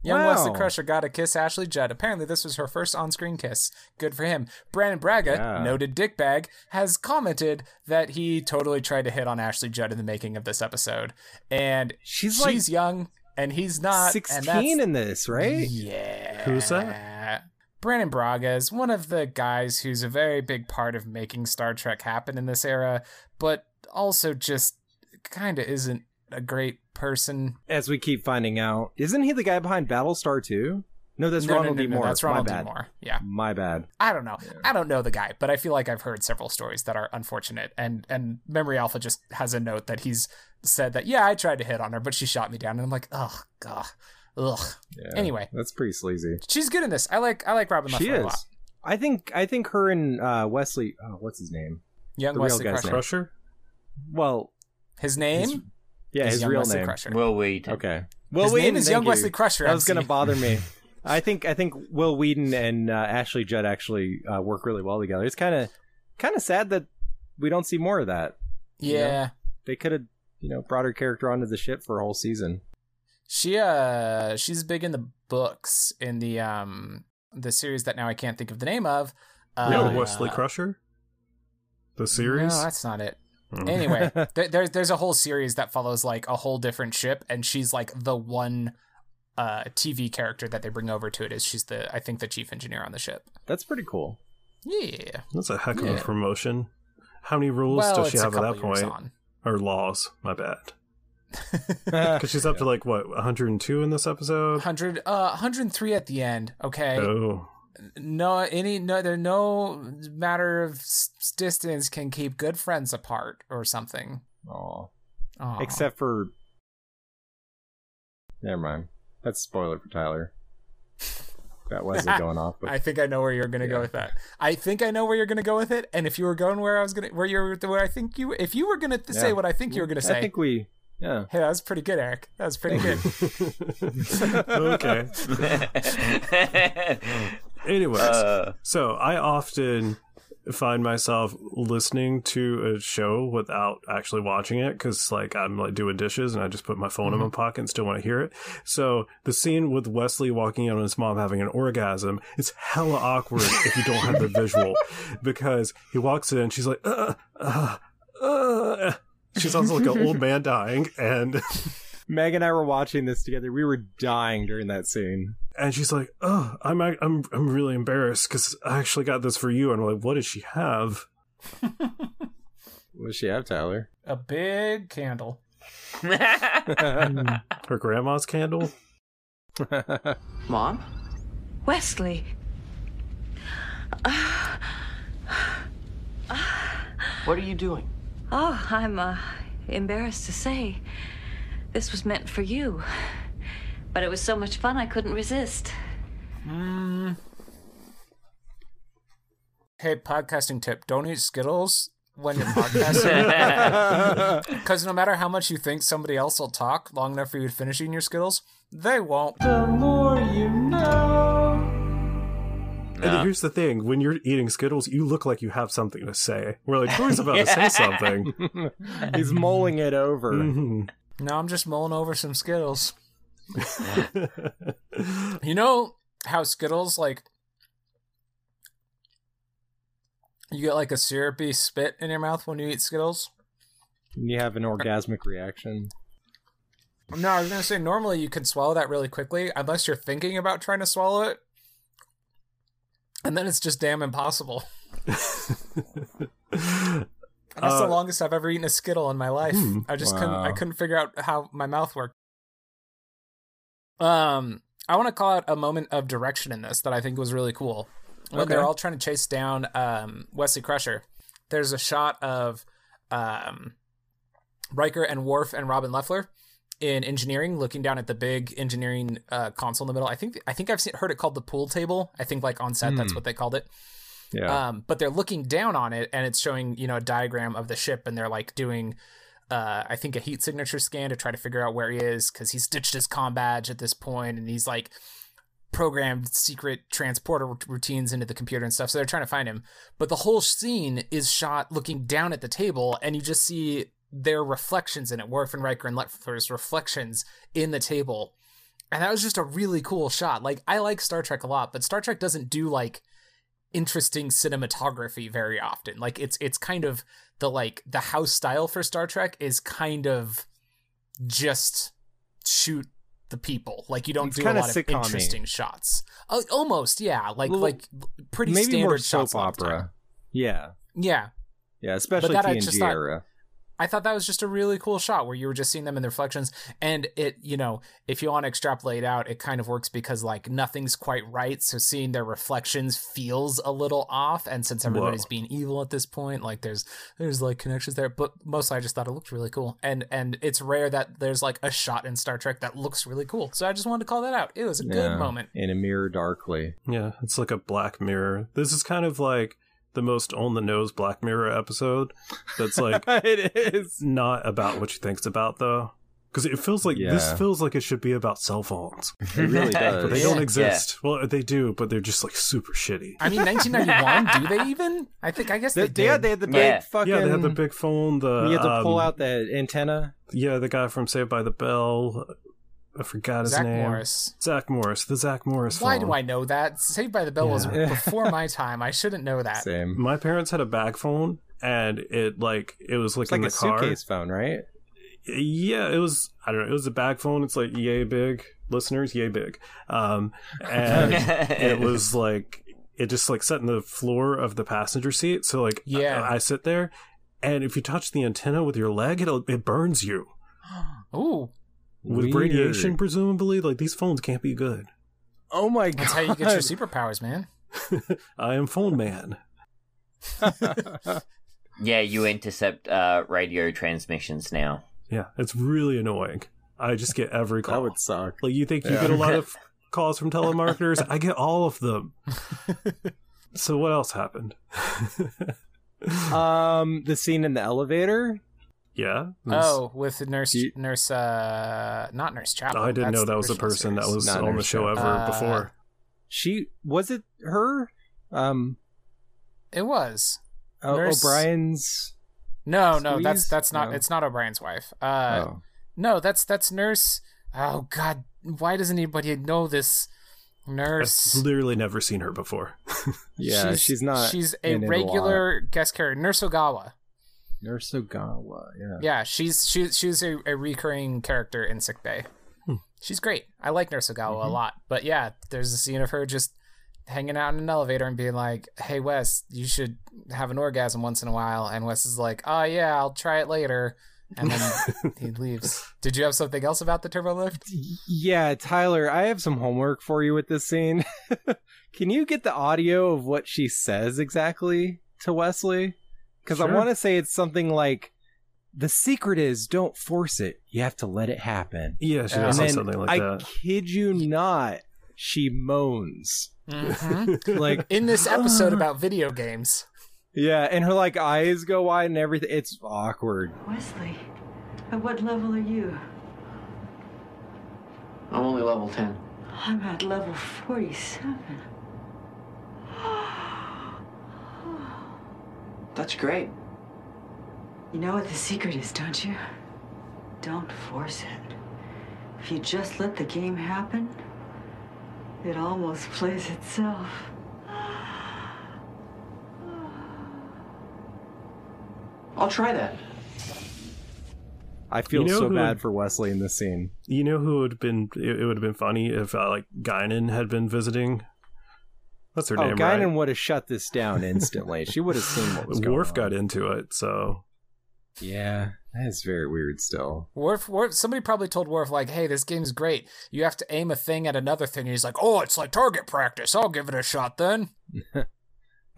Young Wow. Wesley Crusher got to kiss Ashley Judd. Apparently, this was her first on-screen kiss. Good for him. Brandon Braga, Yeah. noted dickbag, has commented that he totally tried to hit on Ashley Judd in the making of this episode, and She's, she's like, young, and he's not. and that's Sixteen in this, right? Yeah. Who's that? Brandon Braga is one of the guys who's a very big part of making Star Trek happen in this era, but also just kind of isn't a great person. As we keep finding out, isn't he the guy behind Battlestar too? No, that's No, no, Ronald no, D. no, Moore. That's Ronald My D. bad. Moore. Yeah. My bad. I don't know. I don't know the guy, but I feel like I've heard several stories that are unfortunate. And and Memory Alpha just has a note that he's said that yeah, I tried to hit on her, but she shot me down, and I'm like, ugh, god, ugh. Yeah, Anyway, that's pretty sleazy. she's good in this. I like I like Robin She Leffler a lot. is. I think. I think her and uh, Wesley. Oh, what's his name? Young The real Wesley guy's Crusher. name. Crusher. Well, His name His- yeah, is his Young real Wesley name. Crusher. Will Wheaton. Okay. Will His name Wheaton, is thank Young you. Wesley Crusher, That was MC. gonna bother me. I think I think Will Whedon and uh, Ashley Judd actually uh, work really well together. It's kind of kind of sad that we don't see more of that. you know? Yeah. They could have you know brought her character onto the ship for a whole season. She uh she's big in the books in the um the series that now I can't think of the name of. Uh, No, Wesley Crusher. The series. No, that's not it. Mm. Anyway, there, there's there's a whole series that follows like a whole different ship, and she's like the one uh TV character that they bring over to it is she's the I think the chief engineer on the ship. That's pretty cool. Yeah. That's a heck of Yeah. a promotion. How many rules well, does she it's a have at couple that years point? on. Or laws? My bad. Because Because she's up to like what 102 in this episode. 100 uh 103 at the end. Okay. Oh, no any no there no matter of s- distance can keep good friends apart or something Aw. Aw. Except for. Never mind. That's a spoiler for Tyler. Got Wesley going off. But... i think i know where you're gonna go with that i think i know where you're gonna go with it and if you were going where i was gonna where you're where i think you if you were gonna th- say Yeah. what i think you were gonna say I think we. Yeah. hey that was pretty good eric that was pretty good okay. Anyways, Uh, so I often find myself listening to a show without actually watching it because like I'm like doing dishes and I just put my phone in my pocket and still want to hear it. So the scene with Wesley walking in on his mom having an orgasm is hella awkward if you don't have the visual because he walks in, she's like, uh, uh, uh. she sounds like an old man dying and. Meg and I were watching this together. We were dying during that scene. and she's like, "Oh, I'm ac- I'm I'm really embarrassed because I actually got this for you." And I'm like, "What does she have?" What does she have, Tyler? A big candle. Her grandma's candle. Mom? Wesley. What are you doing? Oh, I'm uh, embarrassed to say this was meant for you. But it was so much fun I couldn't resist. Hey, podcasting tip: don't eat Skittles when you're podcasting, because no matter how much you think somebody else will talk long enough for you to finish eating your Skittles, they won't. The more you know. And here's the thing: when you're eating Skittles, you look like you have something to say. We're like, Troy's about to say something. He's mulling it over. Mm-hmm. No, I'm just mulling over some Skittles. you know how Skittles like you get like a syrupy spit in your mouth when you eat Skittles? You have an orgasmic reaction. No, I was gonna say normally you can swallow that really quickly unless you're thinking about trying to swallow it. And then it's just damn impossible. And that's Uh, the longest I've ever eaten a Skittle in my life. Hmm. I just couldn't I Wow. couldn't figure out how my mouth worked. Um I want to call out a moment of direction in this that I think was really cool. When they're Okay. all trying to chase down um, Wesley Crusher, there's a shot of um, Riker and Worf and Robin Leffler in engineering, looking down at the big engineering uh, console in the middle. I think I think I've seen, heard it called the pool table. I think like on set that's Hmm. what they called it. Yeah. Um, but they're looking down on it, and it's showing you know a diagram of the ship, and they're like doing, uh, I think a heat signature scan to try to figure out where he is because he's ditched his com badge at this point, and he's like programmed secret transporter r- routines into the computer and stuff. So they're trying to find him, but the whole scene is shot looking down at the table, and you just see their reflections in it, Worf and Riker and Leffler's reflections in the table. And that was just a really cool shot. Like I like Star Trek a lot, but Star Trek doesn't do like interesting cinematography very often. Like it's it's kind of the like the house style for Star Trek is kind of just shoot the people. Like you don't It's do a kinda lot of sitcom-y. interesting shots. Uh, almost, yeah. Like Well, like pretty Maybe standard more soap shots. a lot of the time. opera. Yeah. Yeah. Yeah, especially that I TNG just thought- era. I thought that was just a really cool shot where you were just seeing them in their reflections. And it, you know, if you want to extrapolate out, it kind of works because like nothing's quite right. So seeing their reflections feels a little off. And since everybody's Whoa. being evil at this point, like there's there's like connections there. But mostly I just thought it looked really cool. And and it's rare that there's like a shot in Star Trek that looks really cool. So I just wanted to call that out. It was a Yeah. good moment. In a mirror darkly. Yeah, it's like a Black Mirror. This is kind of like the most on the nose Black Mirror episode. That's like it is not about what you think's about though, because it feels like this Yeah. feels like it should be about cell phones. It really does. But they Yeah. don't exist. Well, they do, but they're just like super shitty. I mean, 1991. do they even? I think I guess they, They- did. yeah, they had the big fucking. Yeah, they had the big phone. The You had to pull um, out that antenna. Yeah, the guy from Saved by the Bell. I forgot his Zach name. Morris. Zach Morris. The Zach Morris. Why phone. do I know that? Saved by the Bell was Yeah. before my time. I shouldn't know that. Same. My parents had a bag phone, and it like it was like It's in like a the car. suitcase phone, right? Yeah, it was. I don't know. It was a bag phone. It's like yay big, listeners, yay big. Um, and it was like it just like sat in the floor of the passenger seat. So like, Yeah. I, I sit there, and if you touch the antenna with your leg, it it burns you Ooh. with Weird. radiation, presumably. Like these phones can't be good. Oh my god. That's how you get your superpowers, man. I am phone man. yeah, you intercept uh, radio transmissions now. Yeah, it's really annoying. I just get every call. That would suck. Like you think you Yeah. get a lot of calls from telemarketers, I get all of them. so what else happened? um, the scene in the elevator. Yeah. Oh, with nurse, nurse, uh, not nurse Chapel. I didn't That's know the that was a original person that series. was Not on the Nurse show ever Chapel. Uh, before. She was it her? Um, It was. Oh, Nurse- O'Brien's. No, no, that's Squeeze? that's not No. it's not O'Brien's wife. Uh Oh. no, that's that's nurse. Oh god, why doesn't anybody know this nurse? I've literally never seen her before. Yeah, she's, not. She's a in it regular guest character, Nurse Ogawa. lot. Nurse Ogawa. Yeah. Yeah, she's she's she's a, a recurring character in Sick Bay. She's great. I like Nurse Ogawa a Mhm. lot. But yeah, there's a scene of her just hanging out in an elevator and being like, "Hey Wes, you should have an orgasm once in a while." And Wes is like, "Oh yeah, I'll try it later." And then he leaves. Did you have something else about the turbo lift? Yeah, Tyler, I have some homework for you with this scene. Can you get the audio of what she says exactly to Wesley? Because I Sure. want to say it's something like, "The secret is don't force it; you have to let it happen." Yeah, she And does say then, something like I that. kid you not, she moans. Mm-hmm. Mhm. like in this episode about video games. yeah, and her like eyes go wide and everything. It's awkward. Wesley, at what level are you? I'm only level 10. I'm at level 47. That's great. You know what the secret is, don't you? Don't force it. If you just let the game happen, it almost plays itself. I'll try that. I feel You know so who- bad for Wesley in this scene. You know who would have been? It, would have been funny if uh, like Guinan had been visiting. That's her oh, name, Guinan right? would have shut this down instantly. she would have seen what was going Worf on. got into it, so Yeah, that is very weird. Still, Worf, Worf, somebody probably told Worf like, "Hey, this game's great. You have to aim a thing at another thing." And he's like, "Oh, it's like target practice. I'll give it a shot then."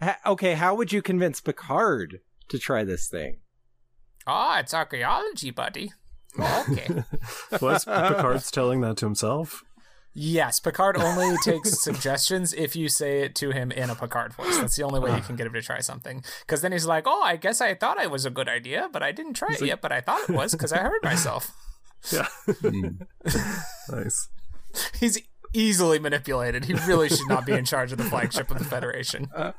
ha- okay, how would you convince Picard to try this thing? Ah, it's archaeology, buddy. Oh, okay. was Picard's telling that to himself? yes, Picard only takes suggestions if you say it to him in a Picard voice. That's the only way you can get him to try something. Because then he's like, "Oh, I guess I thought it was a good idea, but I didn't try it yet. But I thought it was because I heard myself." Yeah. Hmm. nice. He's easily manipulated. He really should not be in charge of the flagship of the Federation.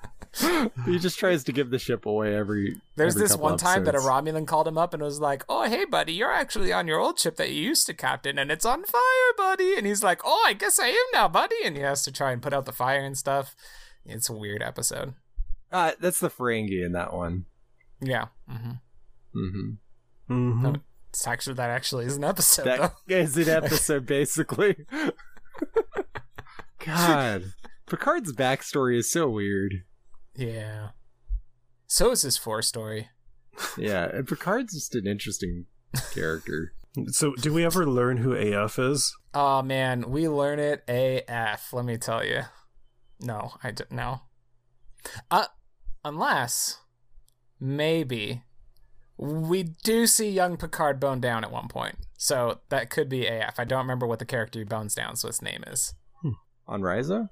he just tries to give the ship away every. There's every this couple one time that a episodes. Romulan called him up and was like, "Oh, hey, buddy, you're actually on your old ship that you used to captain, and it's on fire, buddy." And he's like, "Oh, I guess I am now, buddy." And he has to try and put out the fire and stuff. It's a weird episode. Uh, that's the Ferengi in that one. Yeah, hmm Mm-hmm. Mm-hmm. it's actually that actually is an episode. That though. is an episode, basically. God, Picard's backstory is so weird. Yeah. So is his four story. Yeah, and Picard's just an interesting character. So, do we ever learn who AF is? Oh man, we learn it AF. Let me tell you. No, I don't know. Uh, unless maybe we do see young Picard bone down at one point, so that could be AF. I don't remember what the character he bones down's his name is. On Ryza?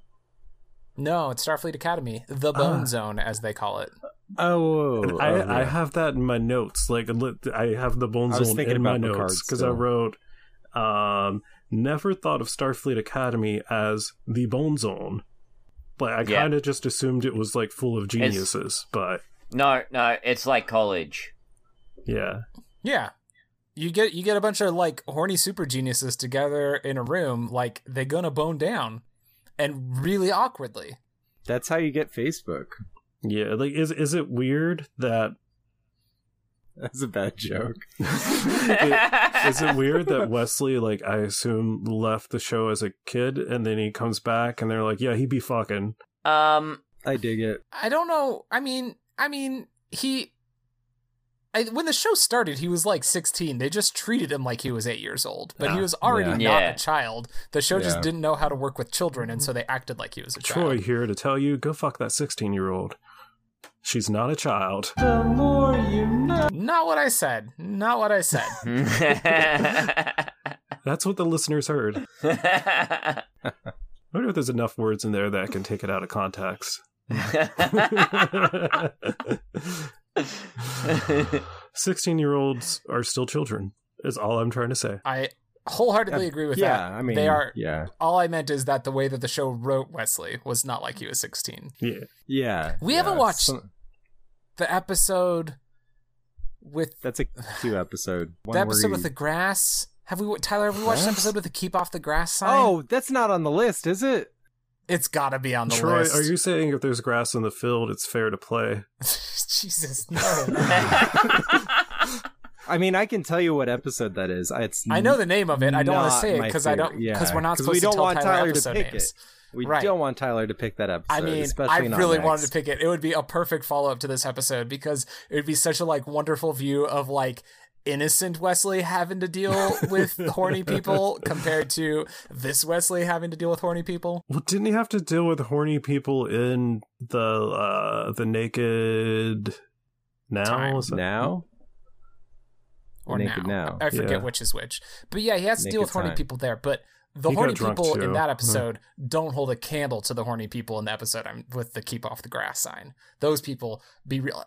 No, it's Starfleet Academy, the Bone Zone, as they call it. Oh, And I, I have that in my notes. Like li- I have the bone I was zone thinking in my about Picard notes because I still. wrote, um, never thought of Starfleet Academy as the bone zone. Like I Yeah. kind of just assumed it was like full of It's- geniuses, but No, no, it's like college. yeah, Yeah. You get you get a bunch of like horny super geniuses together in a room, like they're gonna bone down, and really awkwardly. That's how you get Facebook. yeah. Like is is it weird that That's a bad joke. is it weird that Wesley like I assume left the show as a kid and then he comes back and they're like, yeah, he be fucking. Um, I dig it. I don't know. I mean, I mean, he. I, when the show started, he was like 16. They just treated him like he was eight years old, but he Ah, was already yeah. not Yeah. a child. The show Yeah. just didn't know how to work with children, and so they acted like he was a child. Troy here to tell you, go fuck that sixteen-year-old. She's not a child. The more you know. Not what I said. Not what I said. That's what the listeners heard. I wonder if there's enough words in there that can take it out of context. Sixteen-year-olds are still children. Is all I'm trying to say. I wholeheartedly Yeah, agree with Uh, yeah, that. I mean, they are. yeah. All I meant is that the way that the show wrote Wesley was not like he was 16. Yeah. Yeah. We yeah, haven't watched some- the episode with that's a two episode. the episode with the grass. Have we Tyler? Have we watched an What? episode with the "Keep Off the Grass" sign? Oh, that's not on the list, is it? It's got to be on the Troy, list. are you saying if there's grass in the field, it's fair to play? Jesus no! I mean, I can tell you what episode that is. It's I know the name of it. I don't want wanna say it 'cause I don't- 'cause we're not supposed to don't tell want Tyler Tyler to episode pick names. it. We Right. don't want Tyler to pick that episode. I mean, I especially not really Max. wanted to pick it. It would be a perfect follow up to this episode because it would be such a like wonderful view of like innocent Wesley having to deal with horny people compared to this Wesley having to deal with horny people. Well, didn't he have to deal with horny people in the uh, the naked now? Time. Is that- now Or Naked now. Now. I forget Yeah. which is which. But yeah, he has to deal Naked with horny Time. people there. But the He got horny drunk people in too. Hmm. that Yeah. episode don't hold a candle to the horny people in the episode I'm, with the keep off the grass sign. Those people be real.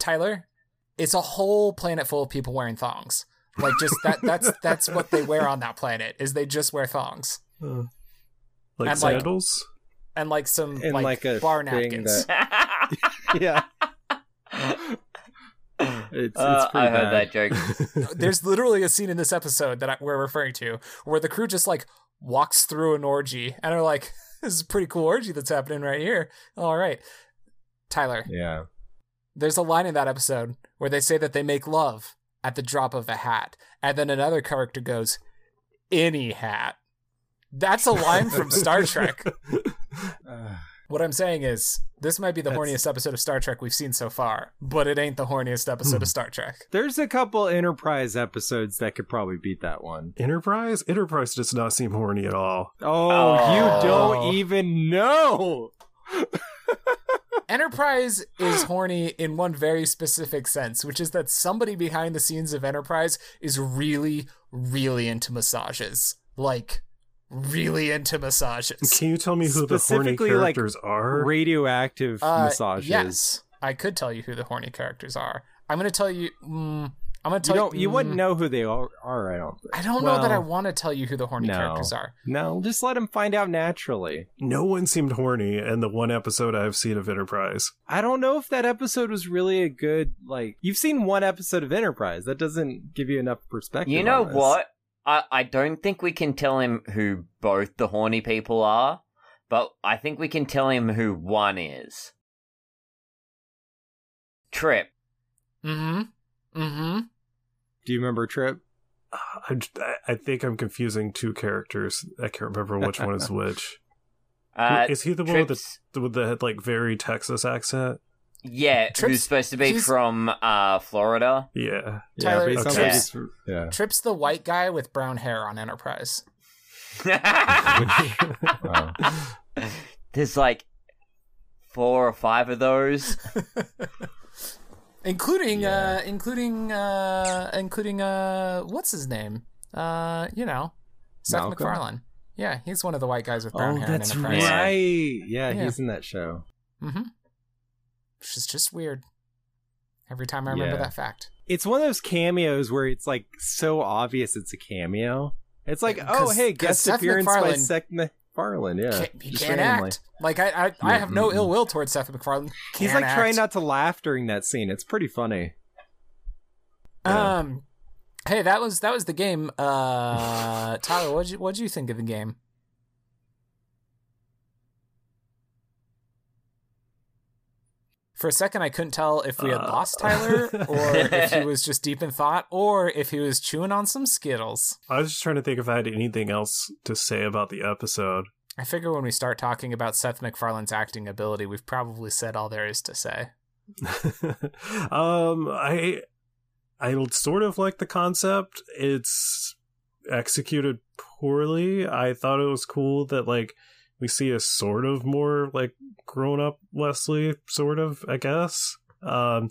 Tyler, it's a whole planet full of people wearing thongs. Like just that that's that's what they wear on that planet is they just wear thongs. Uh, like And, like, sandals? and like some And, like, like, a bar thing napkins. yeah. It's, Uh, it's pretty I heard bad. that joke. There's literally a scene in this episode that I, we're referring to where the crew just like walks through an orgy and are like, "This is a pretty cool orgy that's happening right here." All right, Tyler. Yeah. There's a line in that episode where they say that they make love at the drop of a hat, and then another character goes, "Any hat." That's a line from Star Trek. What I'm saying is, this might be the horniest episode of Star Trek we've seen so far, but it ain't the horniest episode of Star Trek. There's a couple Enterprise episodes that could probably beat that one. Enterprise? Enterprise does not seem horny at all. Oh, Oh. you don't even know. Enterprise is horny in one very specific sense, which is that somebody behind the scenes of Enterprise is really, really into massages. Like, really into massages. Can you tell me who the horny Specifically, like, characters are? Radioactive Uh, massages. Yes, I could tell you who the horny characters are. I'm gonna tell you. Mm, I'm gonna You tell don't. You wouldn't mm, know who they are. are, I don't. Think. I don't know that I Well, want to tell you who the horny no. characters are. No, just let them find out naturally. No one seemed horny in the one episode I've seen of Enterprise. I don't know if that episode was really a good like. You've seen one episode of Enterprise. That doesn't give you enough perspective. You on know this. what? I, I don't think we can tell him who both the horny people are, but I think we can tell him who one is. Trip. Mm-hmm. Mm-hmm. Do you remember Trip? I, Uh, I think I'm confusing two characters. I can't remember which one is which. Uh, is he the one with the, with the like very Texas accent? Yeah, Trip's- who's supposed to be he's- from uh, Florida. Yeah. Tyler, but he sounds like he's- yeah. Trip's the white guy with brown hair on Enterprise. There's like four or five of those. including uh including uh including uh what's his name uh you know seth Malcolm? mcfarlane yeah he's one of the white guys with brown Oh, hair that's in Enterprise. right. Yeah, Yeah. he's in that show. mm-hmm which is just weird every time i remember Yeah. that fact It's one of those cameos where it's like so obvious it's a cameo. It's like, oh 'Cause- hey, 'cause guest Seth appearance by MacFarlane- Seth MacFarlane. Yeah, Can't- he Just can't randomly. act like i i, I have no ill will towards seth mcfarlane He's Can't like trying act. not to laugh during that scene. It's pretty funny. Yeah. um hey that was that was the game uh tyler what'd you what'd you think of the game For a second, I couldn't tell if we had Uh. lost Tyler or if he was just deep in thought or if he was chewing on some Skittles. I was just trying to think if I had anything else to say about the episode. I figure when we start talking about Seth MacFarlane's acting ability, we've probably said all there is to say. um, I I sort of like the concept. It's executed poorly. I thought it was cool that like we see a sort of more like grown up Leslie, sort of, I guess. Um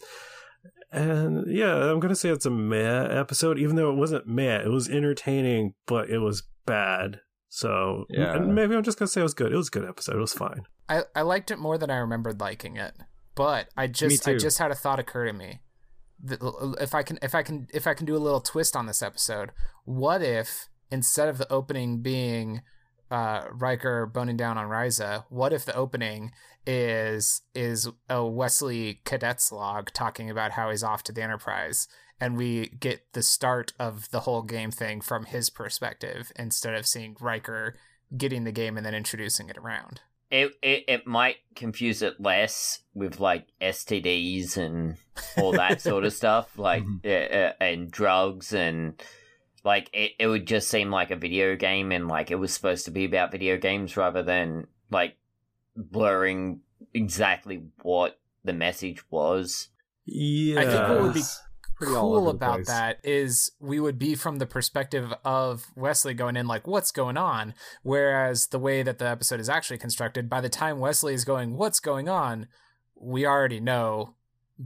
and yeah, I'm gonna say it's a meh episode, even though it wasn't meh, it was entertaining, but it was bad. So Yeah. and maybe I'm just gonna say it was good. It was a good episode, it was fine. I, I liked it more than I remembered liking it, but I just I too. just had a thought occur to me. Th- If I can if I can if I can do a little twist on this episode, what if instead of the opening being uh, Riker boning down on Riza, what if the opening is is a Wesley cadets log talking about how he's off to the Enterprise, and we get the start of the whole game thing from his perspective instead of seeing Riker getting the game and then introducing it around. It, it it might confuse it less with like STDs and all that sort of stuff, like Mm-hmm. uh, uh, and drugs and like it, it would just seem like a video game and like it was supposed to be about video games rather than like blurring exactly what the message was. Yeah. I think what would be Pretty all cool over the about place. that is we would be from the perspective of Wesley going in like what's going on whereas the way that the episode is actually constructed by the time Wesley is going what's going on we already know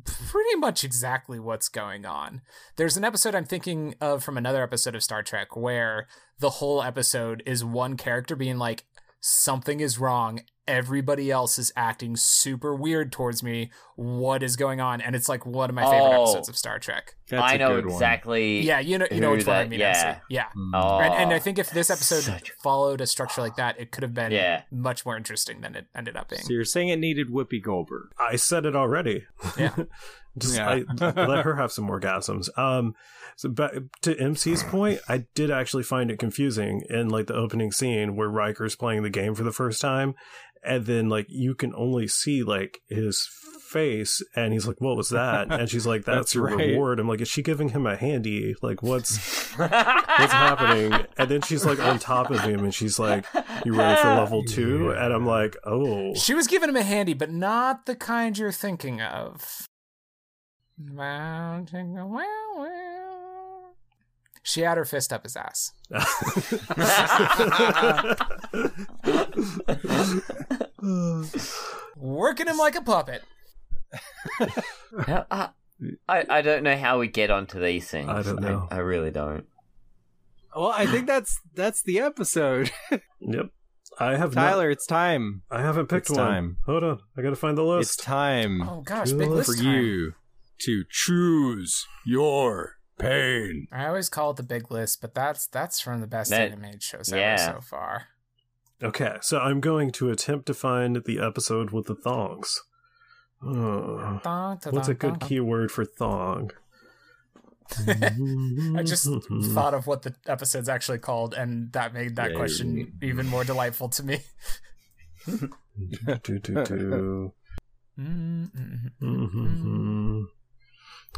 pretty much exactly what's going on. There's an episode I'm thinking of from another episode of Star Trek where the whole episode is one character being like something is wrong. Everybody else is acting super weird towards me. What is going on? And it's like one of my favorite Oh. episodes of Star Trek. I know exactly. Yeah, you know, you know who which one I that- mean. Yeah, Yeah, yeah. Oh, Mm. and, and I think if this episode followed a structure like that, it could have been Yeah. much more interesting than it ended up being. So you're saying it needed Whoopi Goldberg? I said it already. Yeah. Just Yeah. I, let her have some orgasms. Um, so but to MC's point, I did actually find it confusing in like the opening scene where Riker's playing the game for the first time, and then like you can only see like his face, and he's like, "What was that?" And she's like, "That's, That's your right. reward." I'm like, "Is she giving him a handy? Like, what's what's happening?" And then she's like on top of him, and she's like, "You ready for level two? And I'm like, "Oh." She was giving him a handy, but not the kind you're thinking of. Mounting a wow wow. She had her fist up his ass. Working him like a puppet. I, I I don't know how we get onto these things. I don't know. I, really don't. Well, I think that's that's the episode. Yep. I have not- Tyler, it's time. I haven't picked It's one. time. Hold on, I gotta find the list. It's time. Oh, gosh, big list for time. you to choose your pain. I always call it the big list, but that's that's from the best That- animated shows yeah. ever so far. Okay, so I'm going to attempt to find the episode with the thongs. Oh, Thong, ta- what's a thong, good thong. keyword for thong? I just thought of what the episode's actually called, and that made that Yeah. question even more delightful to me. do, do, do. Mhm. No,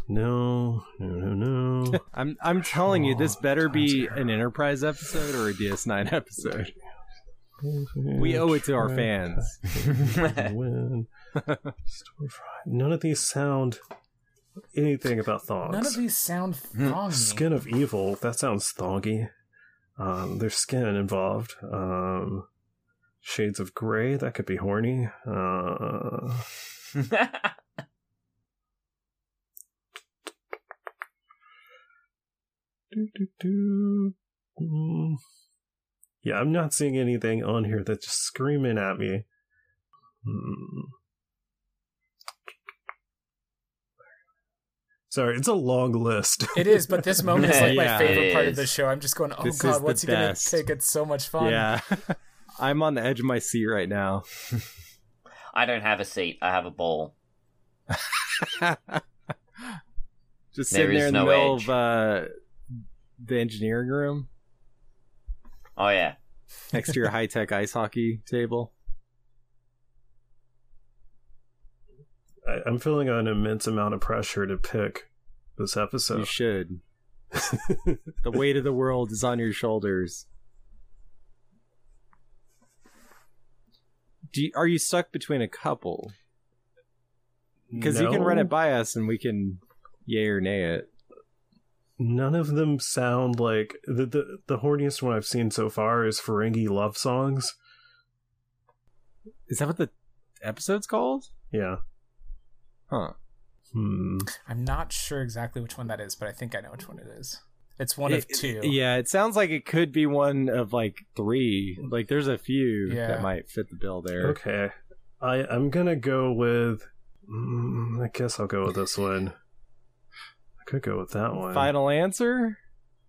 no, no, no. I'm I'm telling you, this better be an Enterprise episode or a DS9 episode. We owe it to our fans. Win. None of these sound anything about thongs. None of these sound Hmm. thongy. Skin of Evil. That sounds thongy. Um, there's skin involved. Um, Shades of Grey. That could be horny. Uh, mm. yeah, I'm not seeing anything on here that's just screaming at me. Hmm. Sorry, it's a long list. It is, but this moment is like Yeah, my favorite it part of is. the show. I'm just going, oh This is god, the what's he going best. to take? It's so much fun. Yeah, I'm on the edge of my seat right now. I don't have a seat. I have a ball. Just There sitting is there in no the middle edge. of uh, the engineering room Oh yeah. next to your high tech ice hockey table. I, I'm feeling an immense amount of pressure to pick this episode. You should. the weight of the world is on your shoulders. Do you, are you stuck between a couple? Because you can No. run it by us and we can yay or nay it. None of them sound like the, the the horniest one I've seen so far is Ferengi love songs. Is that what the episode's called? Yeah. Huh. Hmm. I'm not sure exactly which one that is, but I think I know which one it is. It's one of It- two. Yeah, it sounds like it could be one of like three. Like there's a few Yeah. that might fit the bill there. Okay. I I'm gonna go with. Mm, I guess I'll go with this one. I could go with that one. Final answer?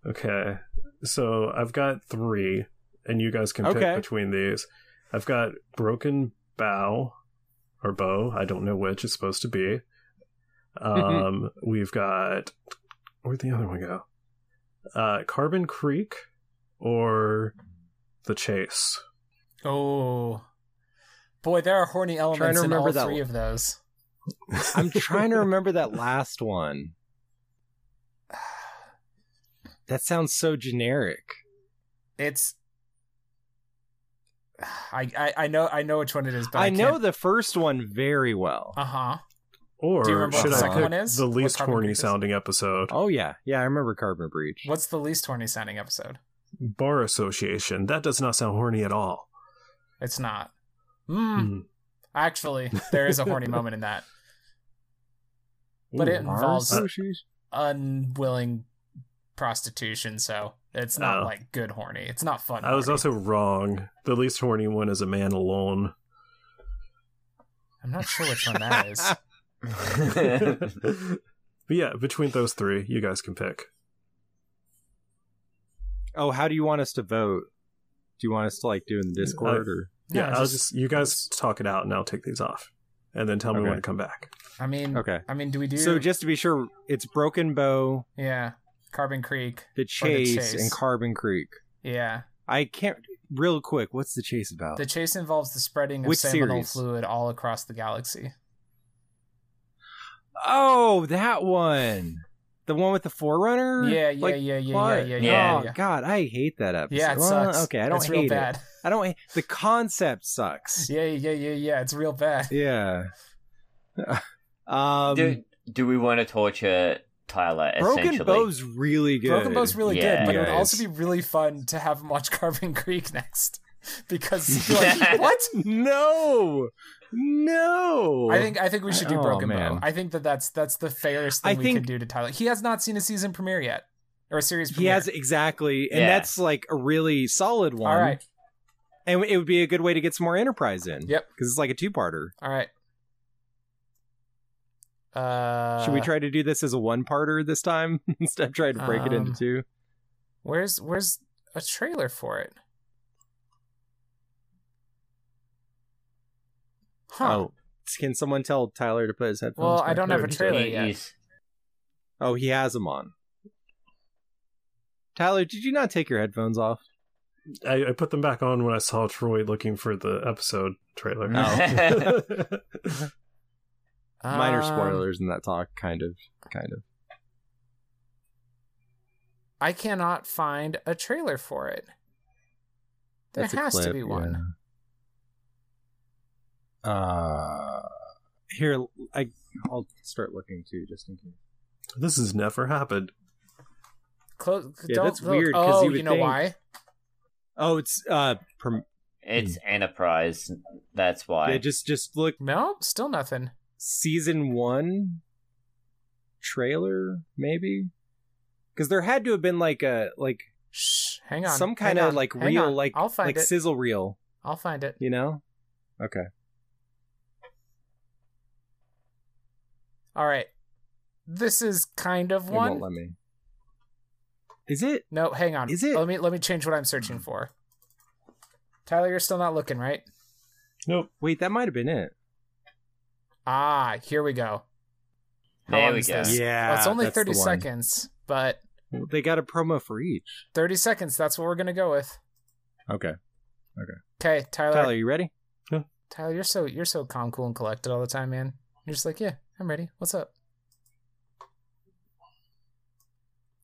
Okay. So I've got three, and you guys can Okay. pick between these. I've got Broken Bow or Bow. I don't know which it's supposed to be. Mm-hmm. Um, we've got where'd the other one go? Uh, Carbon Creek or The Chase. Oh, boy, there are horny elements in all remember that three one. of those. I'm trying to remember that last one. That sounds so generic. It's. I, I I know I know which one it is, but I, I know the first one very well. Uh huh. Or Do you remember what should the I second pick one is? the What least Carbon horny Creek is? sounding episode? Oh yeah, yeah, I remember Carbon Breach. What's the least horny sounding episode? Bar Association. That does not sound horny at all. Hmm. It's not. Hmm. Mm. Actually, there is a horny moment in that, but it Ooh, Uh, Bar involves Association? unwilling prostitution, so it's not Oh. like good horny. It's not fun. I was horny. also wrong. The least horny one is a man alone. I'm not sure which one that is. but yeah, between those three, you guys can pick. Oh, how do you want us to vote? Do you want us to like do in the Discord I- or? yeah, I'll just, you guys talk it out, and I'll take these off, and then tell me when Okay. to come back. I mean, Okay. I mean, do we do? So just to be sure, it's Broken Bow, yeah, Carbon Creek, the or chase, and Carbon Creek. yeah. I can't. Real quick, what's the chase about? The chase involves the spreading of Which seminal series? fluid all across the galaxy. oh, that one. The one with the forerunner. Yeah, yeah, Like, yeah, yeah, yeah, what? yeah, yeah, Oh yeah. God, I hate that episode. Yeah, it Well, sucks. Okay, I don't It's hate real bad. it. I don't. hate- The concept sucks. Yeah, yeah, yeah, yeah. It's real bad. Yeah. um, do, do we want to torture Tyler? Broken essentially, Bow's really good. Broken Bow's really good, but it would Yes. also be really fun to have him watch Carbon Creek next. Because you're like, what? no, no. I think I think we should do Oh, Broken Bow. man. I think that that's that's the fairest thing I we think- can do to Tyler. He has not seen a season premiere yet. Or a series He premiere. has exactly, and Yeah. that's like a really solid one. All right. and it would be a good way to get some more Enterprise in. Yep. because it's like a two-parter. All right. Uh, Should we try to do this as a one-parter this time instead of trying to break it into Um, two? Where's where's a trailer for it? Huh. Oh, can someone tell Tyler to put his headphones? well, I back don't on? have a trailer yet. Oh, he has them on. Tyler, did you not take your headphones off? I, I put them back on when I saw Troy looking for the episode trailer. No. Oh, Minor Um, spoilers in that talk, kind of, kind of. I cannot find a trailer for it. There That's a has to clip, be one. yeah. Uh, here I I'll start looking too, just in case. this has never happened. Close. Yeah, don't, that's don't- weird, 'cause Oh, you you, would know think- why? Oh, it's uh, prom- It's Enterprise. That's why. yeah, Hmm. just just look No, still nothing. season one trailer maybe because there had to have been like a like Shh, hang on. some hang kind of on, like hang real on. like I'll find like it. sizzle reel, I'll find it. you know? Okay. All right. This is kind of It one. won't let me. Is it? Mm. No, hang on. Is it? Let me let me change what I'm searching for. Tyler, you're still not looking, right? Nope. Wait, that might have been it. Ah, here we go. How There long we is go. this? Yeah, Well, it's only that's the 30 one. seconds, but Well, They got a promo for each. 30 seconds, that's what we're going to go with. Okay. Okay. Okay, Tyler. Tyler, you ready? Tyler, you're so you're so calm, cool and collected all the time, man. You're just like, "Yeah, I'm ready. What's up?"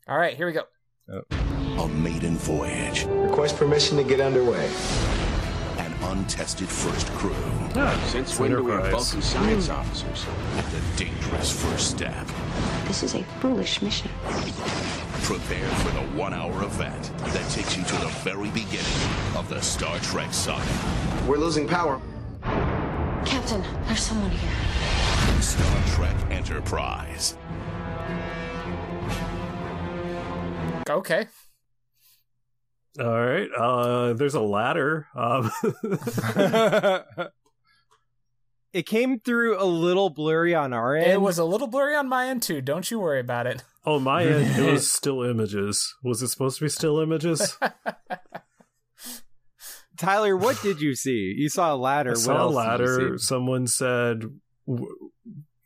All right, here we go. A maiden voyage. Request permission to get underway. An untested first crew. Since when do we have Enterprise. Vulcan science officers? And a dangerous first step. This is a foolish mission. Prepare for the one hour event that takes you to the very beginning of the Star Trek saga. We're losing power. Captain, there's someone here. Star Trek Enterprise. Okay. All right. Uh, there's a ladder. Um, It came through a little blurry on our end. It was a little blurry on my end too. Don't you worry about it. on my end, it was still images. Was it supposed to be still images? Tyler, what did you see? You saw a ladder. I What saw a else did you ladder. see? Someone said, "W-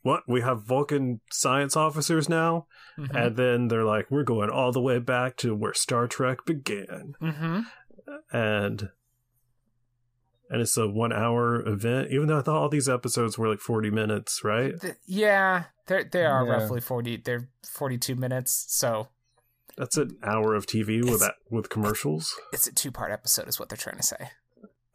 "What? We have Vulcan science officers now." Mm-hmm. Mhm. And then they're like, "We're going all the way back to where Star Trek began," Mm-hmm. and and it's a one-hour event. Even though I thought all these episodes were like forty minutes, right? yeah, they they are Yeah. roughly forty. They're forty two minutes. So That's an hour of TV with that, with commercials it's a two part episode, is what they're trying to say.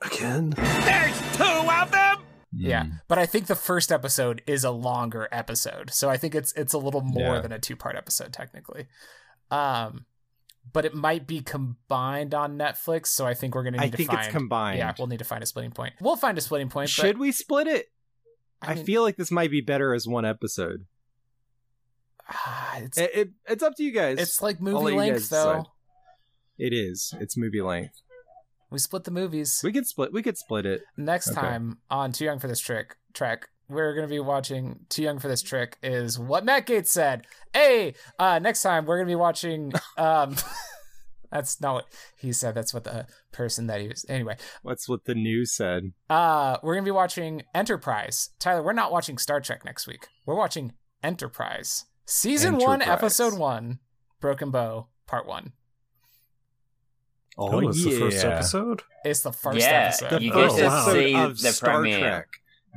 again. There's two of them. Mm. Yeah, but I think the first episode is a longer episode, so I think it's it's a little more Yeah. than a two part episode technically. Um, but it might be combined on Netflix, so I think we're gonna I need to think find it's combined. Yeah, we'll need to find a splitting point. We'll find a splitting point. Should we split it? I I, mean- feel like this might be better as one episode. but ah, it's It, it- it's up to you guys. it's like I'll let movie you length guys decide. though. It is. It's movie length. We split the movies. We could split. We could split it. Next Okay. time on Too Young for This Trick track, we're gonna be watching Too Young for This Trick is what Matt Gates said. Hey, uh, next time we're gonna be watching. Um, that's not what he said. That's what the person that he was. Anyway, That's what the news said. uh, we're gonna be watching Enterprise. Tyler, we're not watching Star Trek next week. We're watching Enterprise, season one, Enterprise. episode one, Broken Bow, part one. Oh, that was the first yeah. episode. It's the first Yeah, episode. The you first get to wow. see episode of the Star premiere. Trek.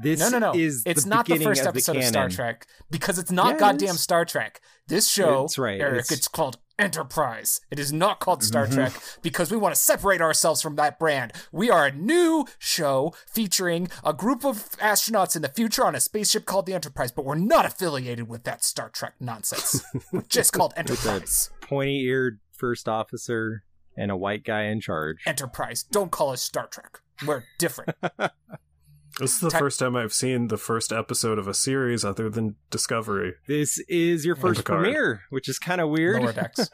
This no, no, no. is it's the not the beginning first of episode of canon. Star Trek because it's not Yeah, it goddamn is. Star Trek. This show, That's right, Eric, it's... it's- called Enterprise. It is not called Star Mhm. Trek because we want to separate ourselves from that brand. We are a new show featuring a group of astronauts in the future on a spaceship called the Enterprise, but we're not affiliated with that Star Trek nonsense. we're just called With a Enterprise. pointy-eared first officer and a white guy in charge. Enterprise. Don't call us Star Trek. We're different. This is the first time I've seen the first episode of a series other than Discovery. This is your first Picard. premiere, which is kind of weird. Lower decks.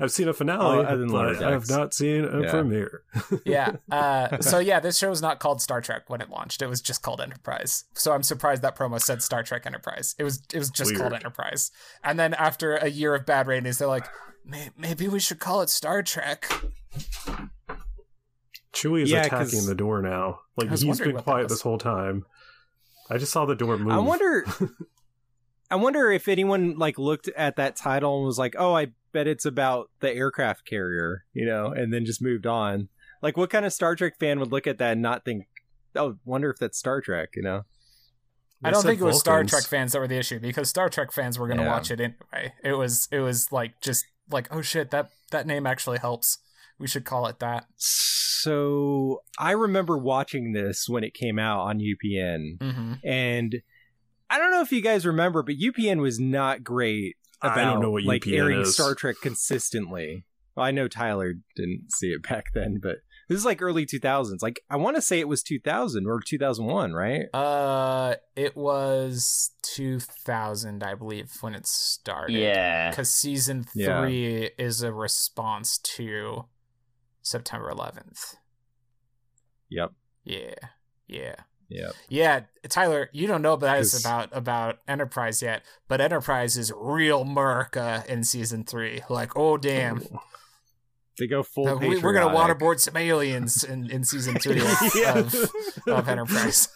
I've seen a finale, Oh, other than Lower but I have Decks. not seen a Yeah. premiere. yeah. Uh, so yeah, this show was not called Star Trek when it launched. It was just called Enterprise. So I'm surprised that promo said Star Trek Enterprise. It was it was just called Weird. Enterprise. And then after a year of bad ratings, they're like, "May- maybe we should call it Star Trek. Chewie is Yeah, 'cause- attacking the door now. Like I was he's wondering been what that quiet was. this whole time. I just saw the door move. I wonder. I wonder if anyone like looked at that title and was like, "Oh, I bet it's about the aircraft carrier," you know, and then just moved on. Like, what kind of Star Trek fan would look at that and not think, "Oh, wonder if that's Star Trek," you know? I They don't said think it was Star Vulcans. Trek fans that were the issue because Star Trek fans were going to Yeah. watch it anyway. It was it was like just like oh shit that that name actually helps. We should call it that. So I remember watching this when it came out on UPN, hmm and I don't know if you guys remember, but UPN was not great I about don't know what like UPN airing is. Star Trek consistently. Well, I know Tyler didn't see it back then, but this is like early 2000s. Like I want to say it was 2000 or 2001, right? Uh, it was 2000, I believe, when it started. Yeah. because season Eh. Yeah. three is a response to September 11th. Yep. Yeah, yeah, Yep. yeah. Tyler, you don't know about this 'Cause- about about Enterprise yet, but Enterprise is real Merca in season three. Like, oh damn, They go full Like, we, are gonna waterboard some aliens in in season three of, Yeah. of, of Enterprise.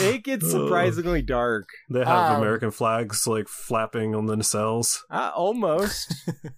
it gets surprisingly dark. they have um, American flags like flapping on the nacelles. Uh, almost.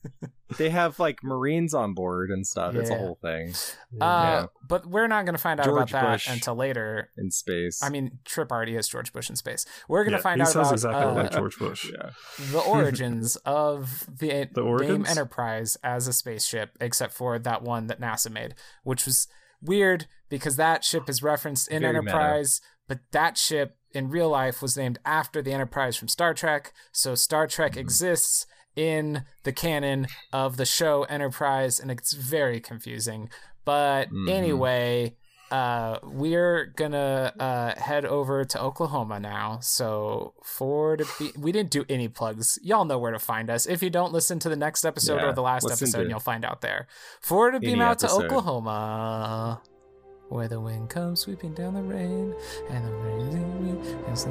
they have like Marines on board and stuff. It's a Yeah. whole thing Uh, but we're not gonna find out about George that Bush. until later. in space. I mean, Trip already is George Bush in space. We're gonna Yeah, find he out sounds about exactly uh, like George Bush. yeah. the origins of the, The name origins? Enterprise as a spaceship, except for that one that NASA made, which was weird because that ship is referenced in Very meta. Enterprise, but that ship in real life was named after the Enterprise from Star Trek. So Star Trek exists in the canon of the show Enterprise, and it's very confusing. But Mhm. anyway, uh, we're gonna uh, head over to Oklahoma now. So for to be, we didn't do any plugs. Y'all know where to find us. If you don't listen to the next episode Yeah, or the last listen episode, to you'll find out there. For to any beam out episode. to Oklahoma, where the wind comes sweeping down the rain, and the rain is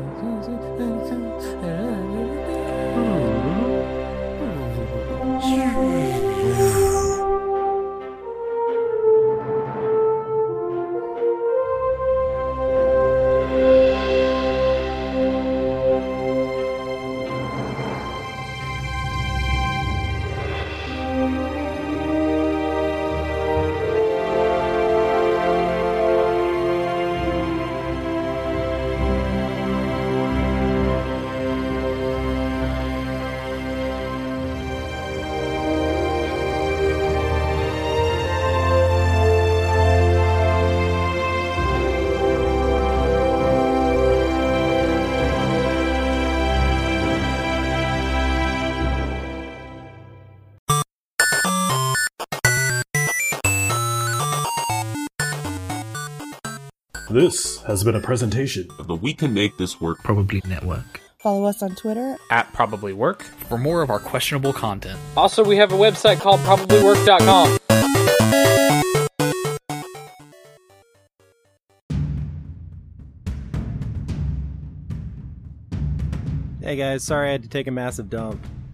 This has been a presentation of the We Can Make This Work Probably Network. Follow us on Twitter at Probably Work for more of our questionable content. Also, we have a website called probablywork.com. Hey guys, sorry I had to take a massive dump.